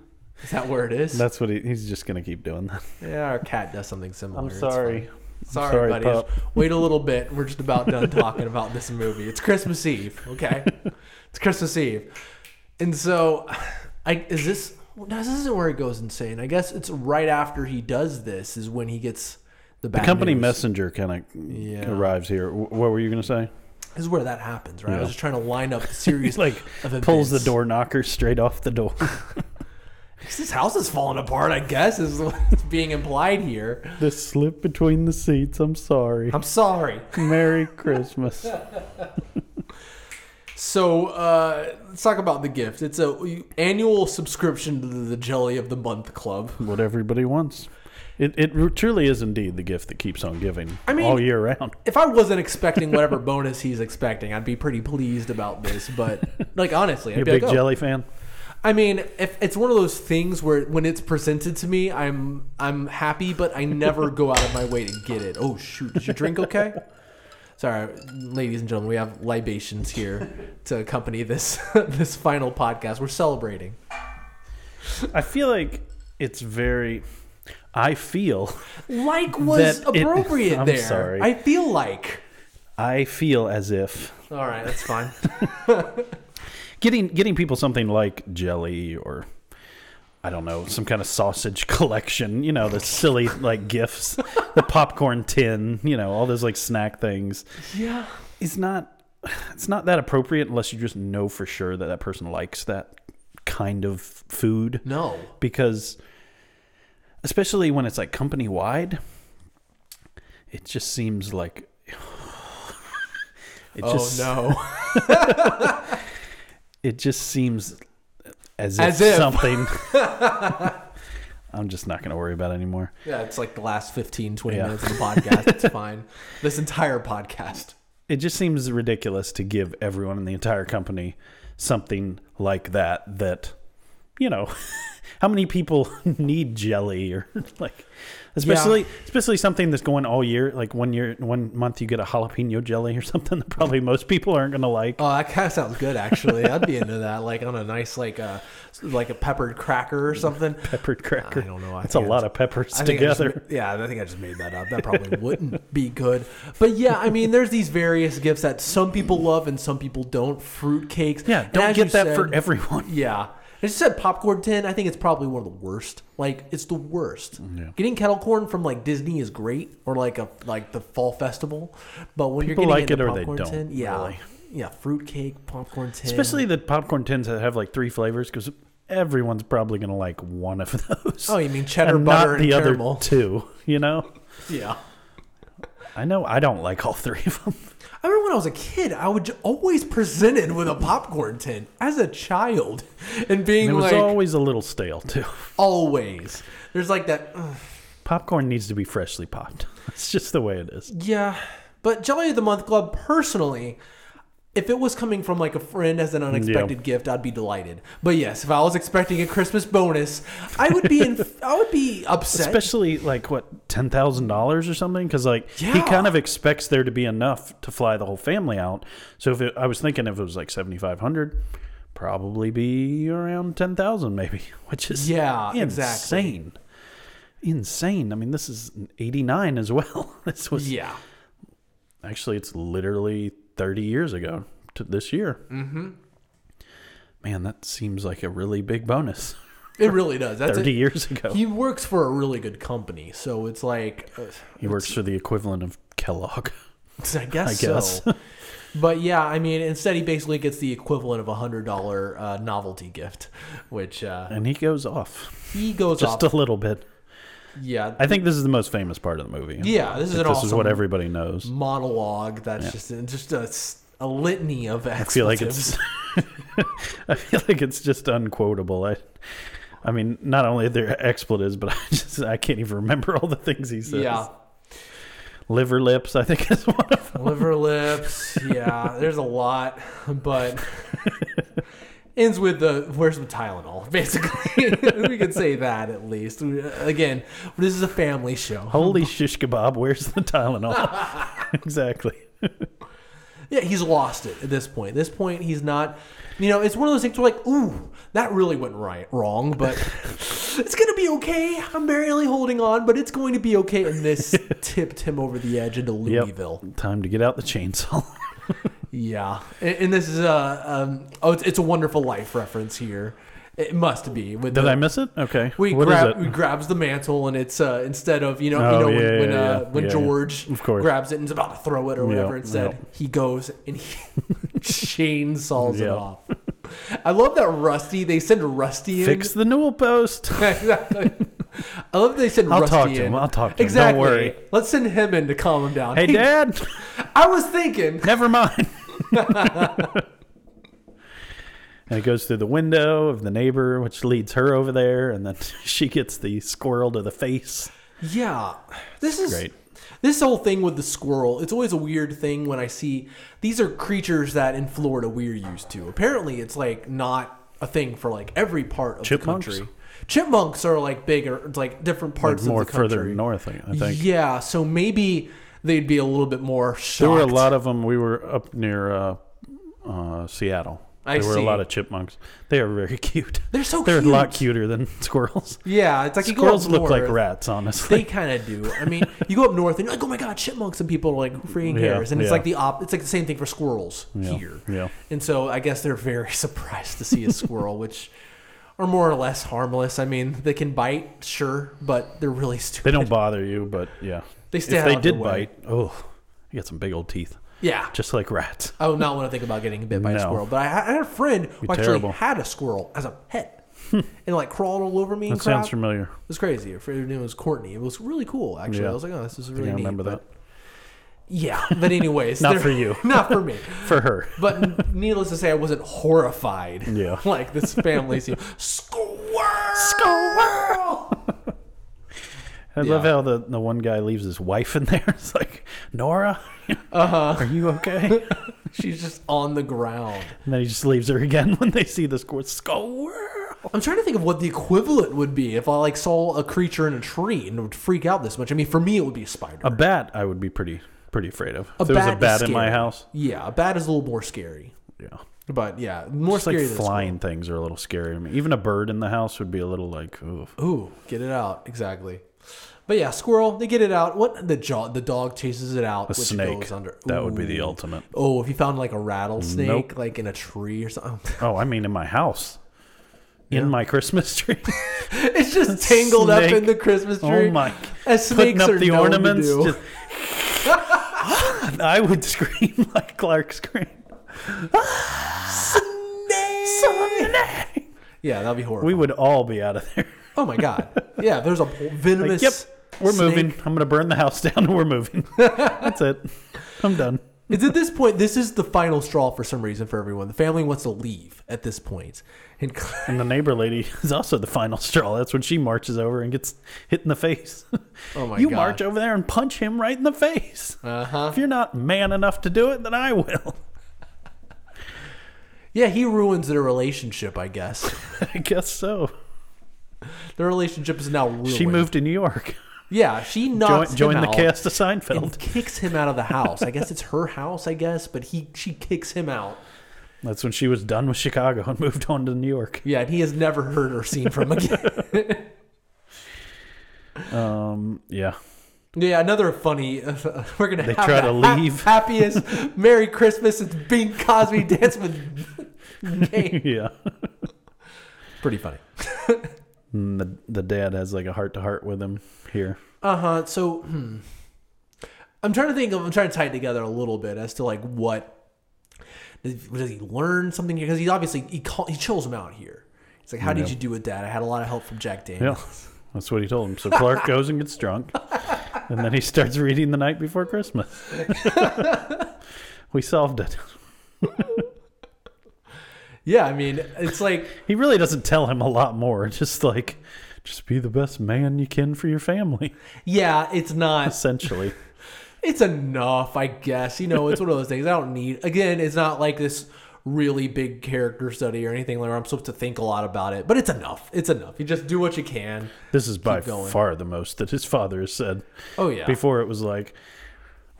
Speaker 3: Is that where it is?
Speaker 2: That's what he, he's just gonna keep doing that.
Speaker 3: Yeah, our cat does something similar.
Speaker 2: I'm
Speaker 3: It's
Speaker 2: sorry.
Speaker 3: fine.
Speaker 2: I'm
Speaker 3: Sorry, buddy.
Speaker 2: pup.
Speaker 3: Just Wait a little bit. We're just about done talking about this movie. It's Christmas Eve,
Speaker 2: *laughs*
Speaker 3: okay? it's Christmas Eve. And so I is this no, this isn't where he goes insane. I guess it's right after he does this is when he gets the bad
Speaker 2: The company
Speaker 3: news.
Speaker 2: messenger kind of
Speaker 3: Yeah.
Speaker 2: arrives here. Wh- What were you gonna say?
Speaker 3: This is where that happens, right? I
Speaker 2: Yeah.
Speaker 3: was just trying to line up the
Speaker 2: *laughs*
Speaker 3: series
Speaker 2: He's *laughs* like
Speaker 3: of events.
Speaker 2: pulls the door knocker straight off the *laughs* door.
Speaker 3: This house is falling apart, I guess, is what's being implied here.
Speaker 2: this slip between the seats. I'm sorry.
Speaker 3: I'm sorry.
Speaker 2: *laughs* Merry *laughs* Christmas.
Speaker 3: So uh, let's talk about the gift. It's a annual subscription to the Jelly of the Month Club.
Speaker 2: what everybody wants. It, it re- truly is indeed the gift that keeps on giving
Speaker 3: I mean-
Speaker 2: all year round.
Speaker 3: If I wasn't expecting whatever *laughs* bonus he's expecting, I'd be pretty pleased about this. But like honestly,
Speaker 2: You
Speaker 3: I'd
Speaker 2: a
Speaker 3: be
Speaker 2: big
Speaker 3: like, oh.
Speaker 2: jelly *laughs* fan?
Speaker 3: I mean, if it's one of those things where when it's presented to me, I'm I'm happy, but I never go out of my way to get it. Oh shoot, did you drink okay? Sorry, ladies and gentlemen, we have libations here to accompany this *laughs* this final podcast. We're celebrating.
Speaker 2: I feel like it's very. I feel.
Speaker 3: Like was
Speaker 2: That it-
Speaker 3: appropriate
Speaker 2: I'm
Speaker 3: there.
Speaker 2: sorry.
Speaker 3: I feel like.
Speaker 2: I feel as if
Speaker 3: All right, that's fine.
Speaker 2: getting getting people something like jelly or I don't know some kind of sausage *laughs* collection. You know the silly like gifts, the popcorn tin. You know all those like snack things.
Speaker 3: *laughs* yeah.
Speaker 2: It's not. It's not that appropriate unless you just know for sure that that person likes that kind of food.
Speaker 3: No.
Speaker 2: because especially when it's like company wide it just seems like *sighs* it just
Speaker 3: oh no.
Speaker 2: it just seems as,
Speaker 3: As
Speaker 2: if,
Speaker 3: if. *laughs*
Speaker 2: something *laughs* I'm just not going to worry about it anymore.
Speaker 3: Yeah, it's like the last 15, 20
Speaker 2: Yeah.
Speaker 3: minutes of the
Speaker 2: *laughs*
Speaker 3: podcast. It's fine. This entire podcast.
Speaker 2: It just seems ridiculous to give everyone in the entire company something like that that you know *laughs* how many people *laughs* need jelly or *laughs* like especially especially something that's going all year like one year one month you get a jalapeno jelly or *laughs* something that probably most people aren't going to like
Speaker 3: Oh, that kind of sounds good, actually. I'd be into that, like on a nice, like a like a peppered cracker
Speaker 2: *laughs*
Speaker 3: or something.
Speaker 2: peppered cracker
Speaker 3: I don't know. I
Speaker 2: that's a
Speaker 3: think I
Speaker 2: lot
Speaker 3: just-
Speaker 2: of peppers
Speaker 3: I think I just
Speaker 2: together
Speaker 3: ma- yeah, I think I just made that up. That probably wouldn't be good. But yeah, I mean, there's these various gifts that some people love and some people don't. Fruit cakes.
Speaker 2: yeah
Speaker 3: And
Speaker 2: don't
Speaker 3: as you
Speaker 2: get that for
Speaker 3: said-
Speaker 2: everyone
Speaker 3: Yeah. I just said popcorn tin. I think it's probably one of the worst. Like it's the worst. Getting kettle corn from like Disney is great, or like a like the fall festival. But when
Speaker 2: People
Speaker 3: you're
Speaker 2: like
Speaker 3: getting
Speaker 2: it
Speaker 3: into
Speaker 2: or they
Speaker 3: popcorn
Speaker 2: don't,
Speaker 3: tin, yeah,
Speaker 2: really.
Speaker 3: yeah, fruitcake, popcorn tin,
Speaker 2: especially the popcorn tins that have like three flavors because everyone's probably going to like one of *laughs* those
Speaker 3: Oh, you mean cheddar butter and caramel?
Speaker 2: two you know
Speaker 3: *laughs* yeah.
Speaker 2: i know i don't like all three of them
Speaker 3: I remember when I was a kid, I was always presented with a popcorn tin as a child, and being
Speaker 2: it was
Speaker 3: like
Speaker 2: always a little stale too
Speaker 3: always. There's like that. "Ugh,
Speaker 2: popcorn needs to be freshly *laughs* popped it's just the way it is
Speaker 3: Yeah, but Jelly of the Month Club, personally, if it was coming from like a friend as an unexpected gift, I'd be delighted. But yes, if I was expecting a Christmas bonus, I would be
Speaker 2: *laughs*
Speaker 3: in, I would be upset.
Speaker 2: Especially like what ten thousand dollars or something, because like he
Speaker 3: Yeah.
Speaker 2: kind of expects there to be enough to fly the whole family out. So if it, I was thinking if it was like seventy five hundred, probably be around ten thousand maybe, *laughs* which is
Speaker 3: Yeah,
Speaker 2: insane.
Speaker 3: exactly.
Speaker 2: Insane. I mean, this is eighty nine as well. *laughs* This was
Speaker 3: yeah.
Speaker 2: actually it's literally 30 years ago to this year mm-hmm. man that seems like a really big bonus
Speaker 3: It really does. That's
Speaker 2: 30
Speaker 3: it.
Speaker 2: years ago he,
Speaker 3: He works for a really good company, so it's like uh, *laughs*
Speaker 2: works for the equivalent of kellogg
Speaker 3: I guess,
Speaker 2: I guess. *laughs*
Speaker 3: so. but yeah, I mean, instead he basically gets the equivalent of a hundred dollar uh, novelty gift, which uh,
Speaker 2: and he goes off *laughs*
Speaker 3: he goes
Speaker 2: just
Speaker 3: off.
Speaker 2: a little bit
Speaker 3: yeah,
Speaker 2: i think this is the most famous part of the movie
Speaker 3: yeah. This is an
Speaker 2: this
Speaker 3: awesome
Speaker 2: is what everybody knows
Speaker 3: monologue. That's just just a, s- a litany of
Speaker 2: i feel like it's
Speaker 3: expletives.
Speaker 2: *laughs* i feel like it's just unquotable i i mean not only are there expletives but *laughs* i just i can't even remember all the things he says
Speaker 3: yeah.
Speaker 2: liver lips i think is one of them
Speaker 3: *laughs* Liver lips, yeah. There's a lot,
Speaker 2: *laughs*
Speaker 3: but ends with the where's the Tylenol? *laughs* Basically, we could say that at least. We- Again, this is a family show.
Speaker 2: Holy shish kebab, where's the Tylenol? *laughs*
Speaker 3: *laughs*
Speaker 2: exactly.
Speaker 3: Yeah, he's lost it at this point. At this point, he's not. You know, it's one of those things where like, ooh, that really went right wrong, but it's gonna be okay. I'm barely holding on, but it's going to be okay. And this tipped him over the edge into Louisville.
Speaker 2: Time to get out the chainsaw. *laughs*
Speaker 3: Yeah, and, and this is a um, oh, it's, it's a Wonderful Life reference here. It must be with
Speaker 2: Did
Speaker 3: the,
Speaker 2: I miss it? Okay.
Speaker 3: we
Speaker 2: What is
Speaker 3: grab
Speaker 2: it?
Speaker 3: we grabs the mantle and it's uh, instead of you know
Speaker 2: Oh,
Speaker 3: you know when
Speaker 2: yeah,
Speaker 3: when,
Speaker 2: yeah,
Speaker 3: uh,
Speaker 2: yeah.
Speaker 3: when
Speaker 2: Yeah, yeah.
Speaker 3: George
Speaker 2: Of course.
Speaker 3: grabs it and is about to throw it or whatever
Speaker 2: Yep,
Speaker 3: instead
Speaker 2: yep.
Speaker 3: he goes and he *laughs* chainsaws it
Speaker 2: Yep.
Speaker 3: off. I love that Rusty. They send Rusty in.
Speaker 2: Fix the newel post.
Speaker 3: *laughs* exactly. I love that they send
Speaker 2: I'll
Speaker 3: Rusty
Speaker 2: talk to
Speaker 3: in.
Speaker 2: him. I'll talk to him. Don't
Speaker 3: exactly.
Speaker 2: worry.
Speaker 3: Let's send him in to calm him down.
Speaker 2: hey, Dad.
Speaker 3: I was thinking.
Speaker 2: Never mind. *laughs* and it goes through the window of the neighbor, which leads her over there, and then *laughs* she gets the squirrel to the face.
Speaker 3: Yeah, this is
Speaker 2: great.
Speaker 3: This whole thing with the squirrel, it's always a weird thing when I see these are creatures that in Florida we're used to. Apparently, it's like not a thing for like every part of
Speaker 2: Chipmunks?
Speaker 3: the country. Chipmunks are like bigger, it's like different parts
Speaker 2: More
Speaker 3: of the country.
Speaker 2: further north, I I think.
Speaker 3: Yeah, so maybe they'd be a little bit more shocked.
Speaker 2: There were a lot of them. We were up near uh, uh, Seattle.
Speaker 3: I
Speaker 2: There were a
Speaker 3: see.
Speaker 2: lot of chipmunks. They are very *laughs* cute.
Speaker 3: They're so
Speaker 2: They're a lot
Speaker 3: cute.
Speaker 2: cuter than *laughs* squirrels.
Speaker 3: Yeah, it's like you go
Speaker 2: Squirrels
Speaker 3: up
Speaker 2: look like
Speaker 3: north,
Speaker 2: rats, honestly.
Speaker 3: They kind of do. I mean, you go up north and you're like, oh my god, chipmunks, and people are like, who freaking
Speaker 2: Yeah,
Speaker 3: cares? and it's
Speaker 2: yeah.
Speaker 3: like the op. It's like the same thing for squirrels
Speaker 2: Yeah,
Speaker 3: here.
Speaker 2: yeah.
Speaker 3: And so I guess they're very *laughs* surprised to see a squirrel, which are more or less harmless. I mean, they can bite, sure, but they're really stupid.
Speaker 2: They don't bother you, but yeah.
Speaker 3: They stay
Speaker 2: if they
Speaker 3: out of your
Speaker 2: did
Speaker 3: way.
Speaker 2: bite, oh, you got some big old teeth,
Speaker 3: Yeah.
Speaker 2: just like rats.
Speaker 3: I would not want to think about getting bit by a
Speaker 2: No.
Speaker 3: squirrel. But I, I had a friend who actually
Speaker 2: terrible. Hmm.
Speaker 3: had a squirrel as a pet and like crawled all over me and
Speaker 2: That sounds
Speaker 3: crap.
Speaker 2: familiar.
Speaker 3: It was crazy. Her name was Courtney. It was really cool, actually.
Speaker 2: Yeah.
Speaker 3: I was like, oh, this is
Speaker 2: I
Speaker 3: really neat.
Speaker 2: remember
Speaker 3: but- Yeah, but
Speaker 2: *laughs*
Speaker 3: anyways,
Speaker 2: Not
Speaker 3: they're-
Speaker 2: for you.
Speaker 3: *laughs* not for me.
Speaker 2: that *laughs* for her.
Speaker 3: But needless to say, I wasn't horrified.
Speaker 2: Yeah.
Speaker 3: *laughs* like this family scene. Squirrel. Squirrel.
Speaker 2: I love
Speaker 3: Yeah.
Speaker 2: how the, the one guy leaves his wife in there. *laughs* It's like, Nora, *laughs* are you *laughs* okay?
Speaker 3: *laughs* She's just on the ground.
Speaker 2: and then he just leaves her again *laughs* when they see the squirrel. Squirrel.
Speaker 3: I'm trying to think of what the equivalent would be if I like saw a creature in a tree and it would freak out this much. I mean, for me, it would be a spider.
Speaker 2: A bat, I would be pretty pretty afraid of.
Speaker 3: A
Speaker 2: if there was a
Speaker 3: is
Speaker 2: bat in my
Speaker 3: scary.
Speaker 2: house,
Speaker 3: Yeah, a bat is a little more scary.
Speaker 2: yeah,
Speaker 3: But yeah, more
Speaker 2: it's like
Speaker 3: scary than a
Speaker 2: flying things are a little scary. to me. even a bird in the house would be a little like, ooh.
Speaker 3: Ooh, get it out exactly. But yeah, squirrel, they get it out. What the jaw, the dog chases it out.
Speaker 2: A snake. That would be the ultimate.
Speaker 3: Oh, if you found like a rattlesnake,
Speaker 2: Nope.
Speaker 3: like in a tree or something, *laughs*
Speaker 2: Oh, I mean, in my house, in my Christmas *laughs* tree.
Speaker 3: it's just
Speaker 2: *laughs*
Speaker 3: tangled up
Speaker 2: Snake.
Speaker 3: in the Christmas tree.
Speaker 2: oh my!
Speaker 3: As
Speaker 2: Putting
Speaker 3: snakes
Speaker 2: up
Speaker 3: are
Speaker 2: the
Speaker 3: known to
Speaker 2: ornaments.
Speaker 3: do. *laughs*
Speaker 2: just- *laughs* I would scream *laughs* like Clark screamed.
Speaker 3: yeah, that'd be horrible.
Speaker 2: We would all be out of there.
Speaker 3: oh
Speaker 2: *laughs*
Speaker 3: my god. Yeah, there's a whole
Speaker 2: Like,
Speaker 3: venomous.
Speaker 2: yep, we're
Speaker 3: snake.
Speaker 2: moving. I'm gonna burn the house *laughs* down. and We're moving. That's it. I'm done.
Speaker 3: It's at this point. This is the final straw for some reason for everyone. The family wants to leave at this point, and *laughs*
Speaker 2: And the neighbor lady is also the final straw. That's when she marches over and gets hit in the face.
Speaker 3: Oh my
Speaker 2: You
Speaker 3: God.
Speaker 2: march over there and punch him right in the face.
Speaker 3: uh huh.
Speaker 2: If you're not man enough to do it, then I will. *laughs*
Speaker 3: Yeah, he ruins their relationship,
Speaker 2: *laughs*
Speaker 3: I guess.
Speaker 2: I guess so.
Speaker 3: Their relationship is now ruined.
Speaker 2: She moved to New York.
Speaker 3: Yeah, she
Speaker 2: Join,
Speaker 3: knocks
Speaker 2: join
Speaker 3: him
Speaker 2: the
Speaker 3: out
Speaker 2: cast of
Speaker 3: and
Speaker 2: Seinfeld.
Speaker 3: kicks him out of the house. I guess it's her house, I guess, but he she kicks him out.
Speaker 2: That's when she was done with Chicago and *laughs* moved on to New York.
Speaker 3: Yeah, and he has never heard or seen
Speaker 2: *laughs*
Speaker 3: from again.
Speaker 2: Um, yeah.
Speaker 3: yeah, another funny. uh, we're gonna.
Speaker 2: They
Speaker 3: have
Speaker 2: try
Speaker 3: the
Speaker 2: to
Speaker 3: hap-
Speaker 2: leave.
Speaker 3: happiest Merry Christmas. It's Bing
Speaker 2: *laughs*
Speaker 3: Cosby dance with.
Speaker 2: *laughs*
Speaker 3: Nate.
Speaker 2: Yeah.
Speaker 3: Pretty funny.
Speaker 2: And the the dad has like a heart to heart with him here.
Speaker 3: Uh huh. So hmm. I'm trying to think. Of, I'm trying to tie it together a little bit as to like what does, does he learn something here? Because he's obviously he call, he chills him out here. He's like, "How did you do with that? I had a lot of help from Jack
Speaker 2: Yeah.
Speaker 3: Daniels."
Speaker 2: That's what he told him. So Clark goes and gets drunk. And then he starts reading the night before Christmas. *laughs* we solved it.
Speaker 3: Yeah, I mean, it's like
Speaker 2: He really doesn't tell him a lot more. Just like, just be the best man you can for your family,
Speaker 3: yeah, it's not.
Speaker 2: essentially.
Speaker 3: It's enough, I guess. You know, it's one of those things. I don't need. Again, it's not like this really big character study or anything like where I'm supposed to think a lot about it. But it's enough. It's enough. You just do what you can.
Speaker 2: This is by
Speaker 3: going.
Speaker 2: far the most that his father has said.
Speaker 3: Oh yeah.
Speaker 2: Before it was like,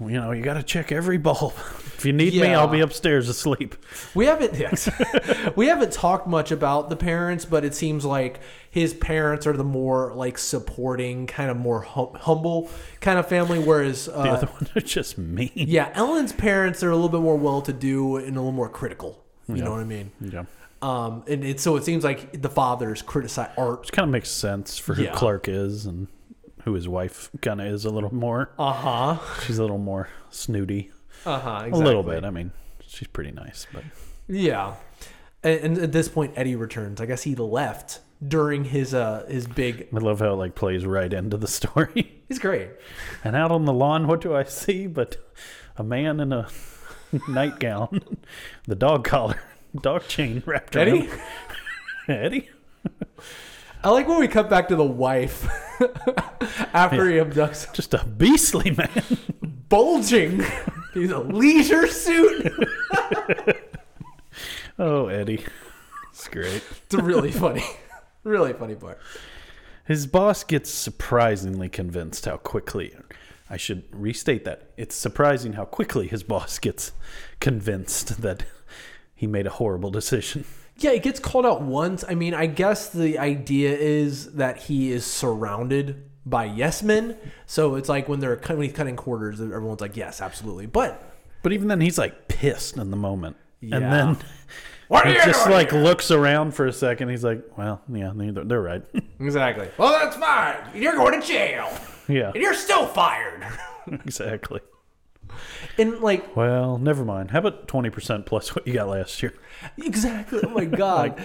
Speaker 2: well, you know, you got to check every bulb. *laughs* If you need me,
Speaker 3: Yeah.
Speaker 2: I'll be upstairs asleep.
Speaker 3: We haven't *laughs* yes. we haven't talked much about the parents, but it seems like his parents are the more like supporting, kind of more hum- humble kind of family,
Speaker 2: *laughs*
Speaker 3: whereas
Speaker 2: The
Speaker 3: uh,
Speaker 2: other one are just mean.
Speaker 3: yeah, Ellen's parents are a little bit more well to do and a little more critical. You know what I mean?
Speaker 2: Yeah.
Speaker 3: Um, and it, so it seems like the father's criticize art.
Speaker 2: Which kind of makes sense for who
Speaker 3: Yeah.
Speaker 2: Clark is and who his wife kind of is a little more.
Speaker 3: Uh huh.
Speaker 2: She's a little more snooty.
Speaker 3: Uh huh. Exactly.
Speaker 2: Uh-huh. A little bit. I mean, she's pretty nice, but
Speaker 3: Yeah. And, and at this point, Eddie returns. I guess he left during his uh his big.
Speaker 2: I love how it like plays right into the *laughs* story.
Speaker 3: He's great.
Speaker 2: And out on the lawn, what do I see but a man in a *laughs* nightgown, the dog collar, *laughs* dog chain wrapped
Speaker 3: Eddie.
Speaker 2: around. Eddie?
Speaker 3: *laughs* I like when we cut back to the wife *laughs* after he abducts
Speaker 2: Just a beastly man.
Speaker 3: bulging. *laughs* He's a leisure suit.
Speaker 2: Oh, Eddie. It's great.
Speaker 3: It's really funny. *laughs* Really funny part.
Speaker 2: His boss gets surprisingly convinced how quickly. I should restate that. It's surprising how quickly his boss gets convinced that he made a horrible decision.
Speaker 3: Yeah, it gets called out once. I mean, I guess the idea is that he is surrounded by yes men. So it's like when they're cut- when he's cutting quarters, everyone's like, yes, absolutely. But
Speaker 2: But even then, he's like pissed in the moment.
Speaker 3: Yeah.
Speaker 2: And
Speaker 3: *laughs*
Speaker 2: then
Speaker 3: what
Speaker 2: he just like looks around for a second. He's like, well, yeah, they're, they're right. *laughs*
Speaker 3: exactly. Well, that's fine. You're going to jail,
Speaker 2: yeah,
Speaker 3: you're still fired.
Speaker 2: exactly.
Speaker 3: *laughs* and like
Speaker 2: Well, never mind. How about 20% plus what you got last year?
Speaker 3: exactly. Oh *laughs* my god.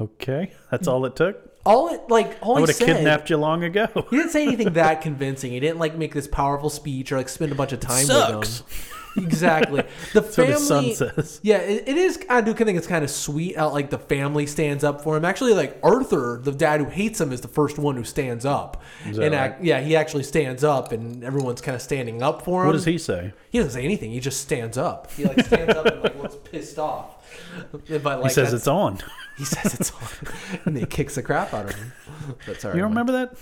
Speaker 2: Okay. That's all it took?
Speaker 3: all it like
Speaker 2: I
Speaker 3: all Hmm. he
Speaker 2: would have
Speaker 3: said.
Speaker 2: kidnapped you long
Speaker 3: *laughs*
Speaker 2: ago.
Speaker 3: He didn't say anything that convincing. He didn't like make this powerful speech or like spend a bunch of time
Speaker 2: Sucks.
Speaker 3: with them. Exactly. The
Speaker 2: what
Speaker 3: family.
Speaker 2: his son says.
Speaker 3: *laughs* Yeah, it, it is. I do think it's kind of sweet how like the family stands up for him. Actually, like Arthur, the dad who hates him, is the first one who stands up. And
Speaker 2: that
Speaker 3: act, yeah, he actually stands up, and everyone's kind of standing up for him.
Speaker 2: What does he say?
Speaker 3: He doesn't say anything. He just stands up. He like stands up and like looks pissed off. But like
Speaker 2: He says
Speaker 3: that's-
Speaker 2: it's on. *laughs*
Speaker 3: he says it's on, *laughs* and he kicks the crap out of him. That's all right.
Speaker 2: You
Speaker 3: Mike.
Speaker 2: remember that?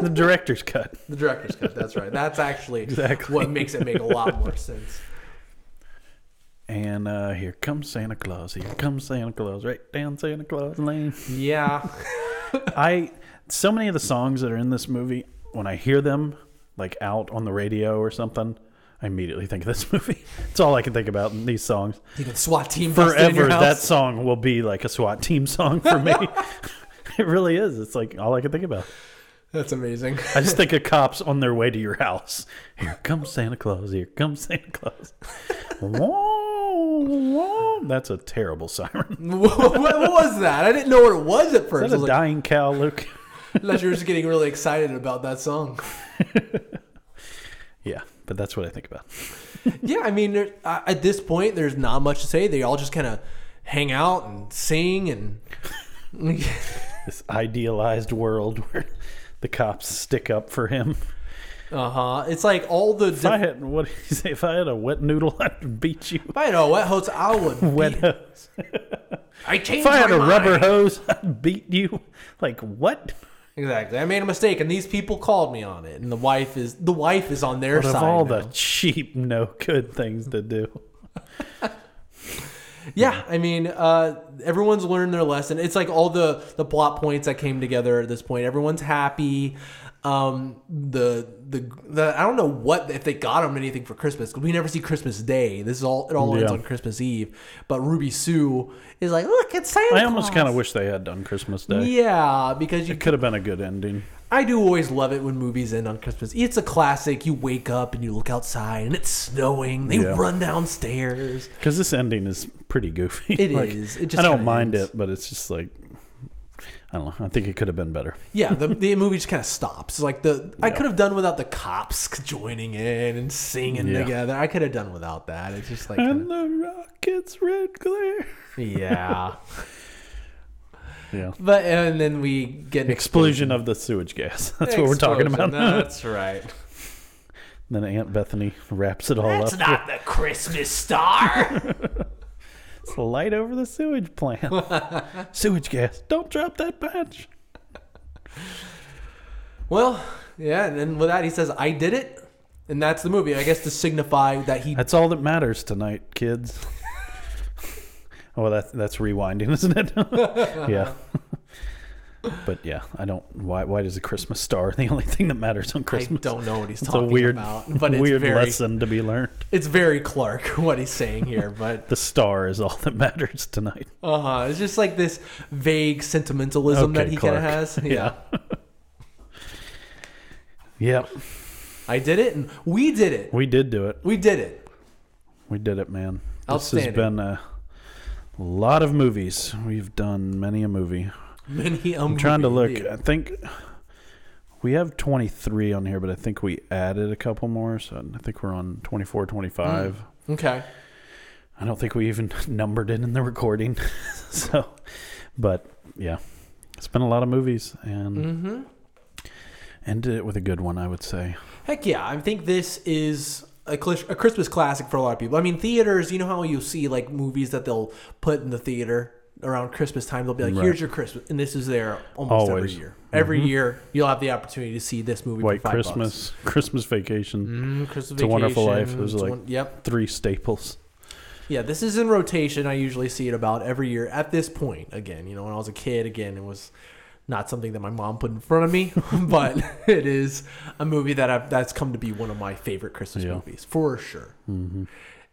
Speaker 2: The director's cut.
Speaker 3: The director's cut. That's right. That's actually
Speaker 2: *laughs* Exactly.
Speaker 3: what makes it make a lot more sense.
Speaker 2: And uh, here comes Santa Claus. Here comes Santa Claus. Right down Santa Claus Lane.
Speaker 3: Yeah.
Speaker 2: I so many of the songs that are in this movie, when I hear them like out on the radio or something, I immediately think of this *laughs* movie. It's all I can think about in these songs.
Speaker 3: You can SWAT team busted in
Speaker 2: Forever,
Speaker 3: your house.
Speaker 2: that song will be like a SWAT team song for me. *laughs* it really is. It's like all I can think about.
Speaker 3: That's amazing. *laughs*
Speaker 2: I just think of cops on their way to your house. *laughs* Here comes Santa Claus. Here comes Santa Claus. Whoa, whoa. That's a terrible siren.
Speaker 3: what, what was that? I didn't know what it was at
Speaker 2: Is
Speaker 3: first.
Speaker 2: that
Speaker 3: I
Speaker 2: a
Speaker 3: was like,
Speaker 2: dying cow, Luke?
Speaker 3: unless you were just getting really excited about that song.
Speaker 2: Yeah, but that's what I think about.
Speaker 3: Yeah, I mean, there, I- at this point, there's not much to say. They all just kind of hang out and sing and.
Speaker 2: this idealized world where the cops stick up for him.
Speaker 3: Uh huh. It's like all the.
Speaker 2: If I had what did you say? If I had a wet noodle, *laughs* I'd beat you.
Speaker 3: if I had a wet hose, I would.
Speaker 2: Wet
Speaker 3: be-
Speaker 2: hose.
Speaker 3: I
Speaker 2: If
Speaker 3: changed
Speaker 2: I had
Speaker 3: my
Speaker 2: a rubber
Speaker 3: mind.
Speaker 2: hose, I'd beat you. Like what?
Speaker 3: Exactly. I made a mistake, and these people called me on it. And the wife is the wife is on their
Speaker 2: Out of
Speaker 3: side.
Speaker 2: all
Speaker 3: now.
Speaker 2: the cheap, no good things to do.
Speaker 3: Yeah, I mean, uh, everyone's learned their lesson. It's like all the the plot points that came together at this point. Everyone's happy. Um, the the the I don't know what if they got him anything for Christmas because we never see Christmas Day. This is all it all ends
Speaker 2: Yeah.
Speaker 3: on Christmas Eve. But Ruby Sue is like, look, it's Santa.
Speaker 2: I almost
Speaker 3: Claus."
Speaker 2: kind of wish they had done Christmas Day.
Speaker 3: Yeah, because you
Speaker 2: It could have been a good ending.
Speaker 3: I do always love it when movies end on Christmas. It's a classic. You wake up and you look outside and it's snowing. They
Speaker 2: Yeah.
Speaker 3: run downstairs.
Speaker 2: Because this ending is pretty goofy.
Speaker 3: It
Speaker 2: It *laughs*
Speaker 3: is.
Speaker 2: is.
Speaker 3: It just
Speaker 2: I don't
Speaker 3: kinda
Speaker 2: mind
Speaker 3: ends.
Speaker 2: it, but it's just like I don't know. I think it could have been better.
Speaker 3: Yeah, the, the movie just kind of stops. Like the I could have done without the cops *laughs* joining in and singing
Speaker 2: Yeah.
Speaker 3: together. I could have done without that. It's just like
Speaker 2: And the rockets red glare.
Speaker 3: yeah.
Speaker 2: Yeah.
Speaker 3: But and then we get an
Speaker 2: Explosion of the sewage gas. *laughs* That's what we're talking
Speaker 3: explosion.
Speaker 2: about. *laughs*
Speaker 3: That's right.
Speaker 2: Then Aunt Bethany wraps it all
Speaker 3: That's
Speaker 2: up.
Speaker 3: not the Christmas star. *laughs*
Speaker 2: It's a light over the sewage plant. sewage gas. Don't drop that patch.
Speaker 3: well, yeah, and then with that he says, "I did it," and that's the movie. I guess to signify that he
Speaker 2: That's all that matters tonight,
Speaker 3: *laughs*
Speaker 2: kids. oh, that, that's rewinding, *laughs* isn't
Speaker 3: *laughs*
Speaker 2: it? yeah. but yeah, I don't. Why? Why does a Christmas star *laughs* the only thing that matters on
Speaker 3: I
Speaker 2: Christmas?
Speaker 3: don't know what he's
Speaker 2: It's a
Speaker 3: talking
Speaker 2: weird,
Speaker 3: about, but it's
Speaker 2: weird
Speaker 3: very
Speaker 2: lesson to be learned.
Speaker 3: it's very Clark *laughs* what he's saying here, but
Speaker 2: The star is all that matters tonight.
Speaker 3: Uh huh. It's just like this vague sentimentalism that
Speaker 2: Okay,
Speaker 3: he kind of
Speaker 2: Clark. *laughs*
Speaker 3: has. *laughs* Yeah.
Speaker 2: Yep,
Speaker 3: I did it, and we did it.
Speaker 2: we did do it.
Speaker 3: We did it.
Speaker 2: We did it, man. This has
Speaker 3: Outstanding.
Speaker 2: been a lot of movies. We've done many a movie.
Speaker 3: Many.
Speaker 2: I'm trying to look. I think we have 23 on here, but I think we added a couple more. So I think we're on 24, 25.
Speaker 3: Hmm. Okay.
Speaker 2: I don't think we even *laughs* numbered it in the recording. *laughs* so, but yeah, it's been a lot of movies and
Speaker 3: Mm-hmm.
Speaker 2: ended it with a good one, I would say.
Speaker 3: Heck yeah! I think this is a, clis- a Christmas classic for a lot of people. I mean, theaters. You know how you see like movies that they'll put in the theater around Christmas time. They'll be like,
Speaker 2: Right.
Speaker 3: "Here's your Christmas," and this is there almost every
Speaker 2: Always. Mm-hmm.
Speaker 3: year. Every year, you'll have the opportunity to see this movie.
Speaker 2: White
Speaker 3: for five Bucks.
Speaker 2: Christmas, Christmas Vacation,
Speaker 3: Mm, Christmas
Speaker 2: It's a Wonderful Life.
Speaker 3: Vacation,
Speaker 2: Those are
Speaker 3: it's
Speaker 2: like-
Speaker 3: one- yep.
Speaker 2: three staples.
Speaker 3: Yeah, this is in rotation. I usually see it about every year at this point. Again, you know, when I was a kid, again, it was not something that my mom put in front of me, *laughs* but it is a movie that I've, that's come to be one of my favorite Christmas
Speaker 2: Yeah.
Speaker 3: movies for sure.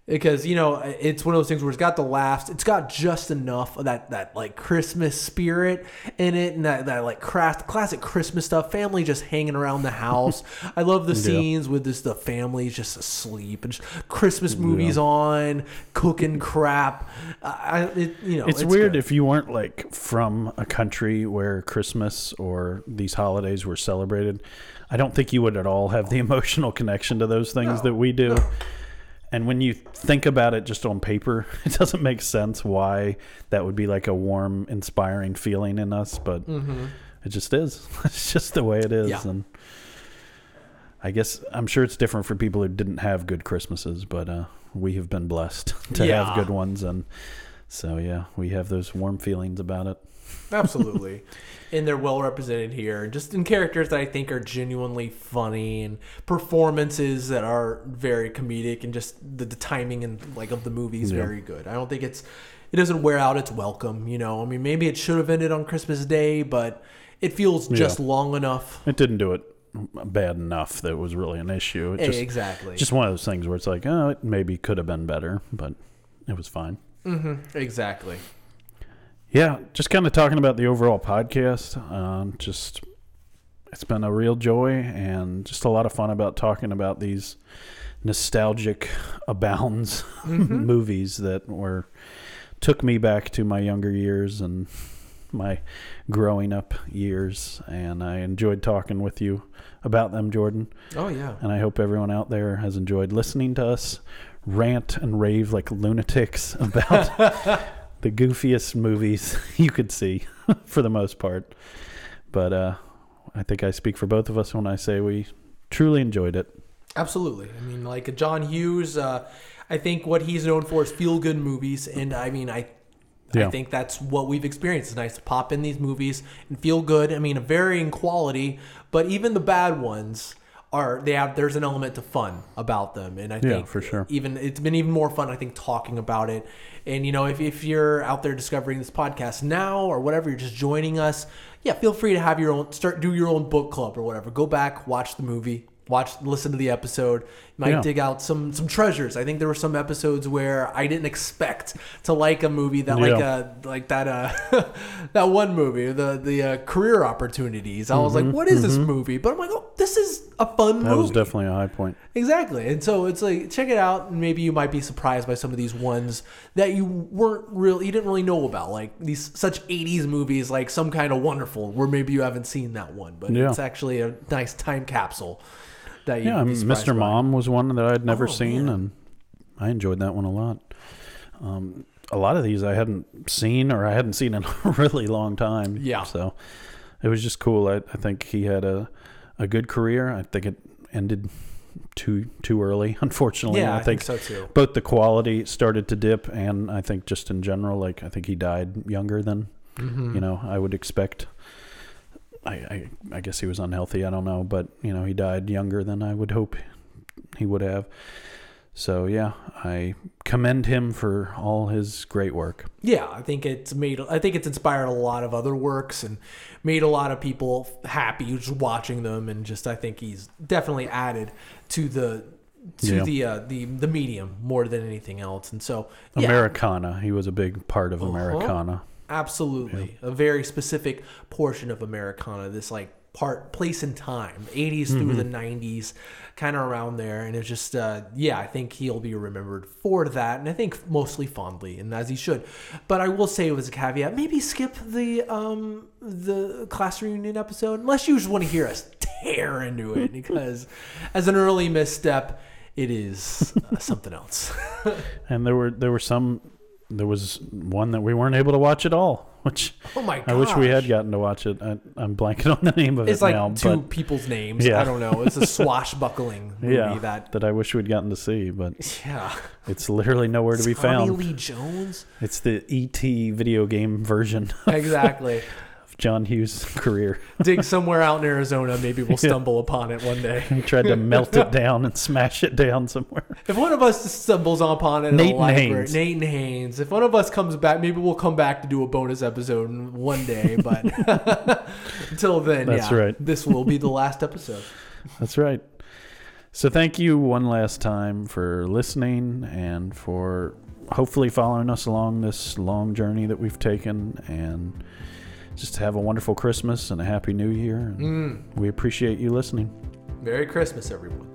Speaker 3: Because you know, it's one of those things where it's got the laughs, it's got just enough of that that like Christmas spirit in it, and that, that like craft classic Christmas stuff. Family just hanging around the
Speaker 2: *laughs*
Speaker 3: house. I love the scenes with just the families just asleep and just Christmas movies on, cooking crap. I, I- it, you know,
Speaker 2: It's, weird
Speaker 3: good.
Speaker 2: if you weren't like from a country where Christmas or these holidays were celebrated. I don't think you would at all have the *laughs* emotional connection to those things
Speaker 3: No,
Speaker 2: that we do. And when you think about it just on paper, *laughs* it doesn't make sense why that would be like a warm, inspiring feeling in us, but it just is. *laughs* It's just the way it is.
Speaker 3: Mm-hmm. Yeah.
Speaker 2: And I guess I'm sure it's different for people who didn't have good Christmases, but uh, we have been blessed *laughs* to
Speaker 3: Yeah.
Speaker 2: have good ones. And so, yeah, we have those warm feelings about it.
Speaker 3: Absolutely. *laughs* and they're well represented here, just in characters that I think are genuinely funny and performances that are very comedic and just the, the timing and like of the movie is
Speaker 2: Yeah.
Speaker 3: very good. I don't think it's it doesn't wear out its welcome, you know. I mean, maybe it should have ended on Christmas Day, but it feels just long enough.
Speaker 2: It didn't do it bad enough that it was really an issue. It just,
Speaker 3: exactly.
Speaker 2: just one of those things where it's like, oh, it maybe could have been better, but it was fine.
Speaker 3: Mm-hmm. exactly.
Speaker 2: Yeah, just kind of talking about the overall podcast. Um, just it's been a real joy and just a lot of fun about talking about these nostalgic abounds *laughs* movies that were took me back to my younger years and my growing up years and I enjoyed talking with you about them Jordan
Speaker 3: Oh yeah.
Speaker 2: and I hope everyone out there has enjoyed listening to us rant and rave like lunatics *laughs* about the goofiest movies *laughs* you could see for the most part. But uh, I think I speak for both of us when I say we Truly enjoyed it.
Speaker 3: Absolutely. I mean, like John Hughes, uh, I think what he's known for is feel good movies, and I mean, I.
Speaker 2: Yeah.
Speaker 3: I think that's what we've experienced. It's nice to pop in these movies and feel good. I mean, a varying quality, but even the bad ones are they have there's an element to fun about them, and I
Speaker 2: Yeah,
Speaker 3: think
Speaker 2: for sure.
Speaker 3: even it's been even more fun. I think talking about it, and you know, if if you're out there discovering this podcast now or whatever, you're just joining us. Yeah, feel free to have your own start do your own book club or whatever. Go back, watch the movie, watch listen to the episode. You might
Speaker 2: Yeah.
Speaker 3: dig out some some treasures. I think there were some episodes where I didn't expect to like a movie that like
Speaker 2: Yeah.
Speaker 3: uh like that uh *laughs* that one movie the the uh, career opportunities. I was like, what is this movie? But I'm like, oh, this is a fun
Speaker 2: Mm-hmm. That
Speaker 3: movie.
Speaker 2: was definitely a high point.
Speaker 3: Exactly. And so it's like check it out and maybe you might be surprised by some of these ones that you weren't real you didn't really know about. Like these such 80s movies like Some Kind of Wonderful where maybe you haven't seen that one, but
Speaker 2: Yeah.
Speaker 3: it's actually a nice time capsule that you
Speaker 2: Yeah,
Speaker 3: you'd be surprised by.
Speaker 2: Mr. Mom was one that I'd never
Speaker 3: Oh,
Speaker 2: seen,
Speaker 3: man.
Speaker 2: and I enjoyed that one a lot. Um, a lot of these I hadn't seen, or I hadn't seen in a *laughs* really long time.
Speaker 3: Yeah.
Speaker 2: So it was just cool. I, I think he had a, a good career. I think it ended too too early, *laughs* unfortunately.
Speaker 3: Yeah,
Speaker 2: I, think,
Speaker 3: so too.
Speaker 2: both the quality started to dip, and I think just in general, like I think he died younger than
Speaker 3: Mm-hmm. Hmm.
Speaker 2: you know I would expect. I, I I guess he was unhealthy. I don't know, but you know he died younger than I would hope he would have. So yeah, I commend him for all his great work.
Speaker 3: Yeah, I think it's made. I think it's inspired a lot of other works and made a lot of people happy just watching them. And just I think he's definitely added to the to
Speaker 2: Yeah.
Speaker 3: the uh, the the medium more than anything else. And so yeah, Uh-huh.
Speaker 2: Americana. He was a big part of Americana.
Speaker 3: absolutely a very specific portion of Americana. This like part place and time 80s
Speaker 2: Mm-hmm.
Speaker 3: through the 90s kind of around there and it's just uh yeah i think he'll be remembered for that and i think mostly fondly and as he should but i will say it was a caveat maybe skip the um the class reunion episode unless you just want to hear us tear into
Speaker 2: *laughs*
Speaker 3: it because as an early misstep it is uh, something else *laughs*
Speaker 2: And there were there were some there was one that we weren't able to watch at all, *laughs* which
Speaker 3: oh my god
Speaker 2: I wish we had gotten to watch it. I, I'm blanking *laughs* on the name of
Speaker 3: It's
Speaker 2: it
Speaker 3: like
Speaker 2: now,
Speaker 3: two
Speaker 2: but
Speaker 3: people's names.
Speaker 2: Yeah.
Speaker 3: I don't know. It's
Speaker 2: *laughs*
Speaker 3: a swashbuckling movie
Speaker 2: yeah, that.
Speaker 3: that.
Speaker 2: I wish we'd gotten to see,
Speaker 3: *laughs*
Speaker 2: but
Speaker 3: Yeah.
Speaker 2: it's literally nowhere *laughs* to be
Speaker 3: Tommy
Speaker 2: found.
Speaker 3: Lee Jones.
Speaker 2: It's the ET video game version
Speaker 3: Exactly.
Speaker 2: of John Hughes' career.
Speaker 3: Dig somewhere out in Arizona. Maybe
Speaker 2: *laughs*
Speaker 3: we'll stumble upon it one day.
Speaker 2: He tried to melt *laughs* it down and smash it down somewhere.
Speaker 3: If one of us stumbles upon it, in a
Speaker 2: Nathan
Speaker 3: library-
Speaker 2: Haynes.
Speaker 3: Nathan Haynes. If one of us comes back, maybe we'll come back to do a bonus episode in one day. But *laughs* until then,
Speaker 2: That's
Speaker 3: yeah,
Speaker 2: right.
Speaker 3: This will be the last episode.
Speaker 2: That's right. So thank you one last time for listening and for hopefully following us along this long journey that we've taken and just have a Mm. wonderful Christmas and a happy new year. And We appreciate you listening.
Speaker 3: Merry Christmas, everyone.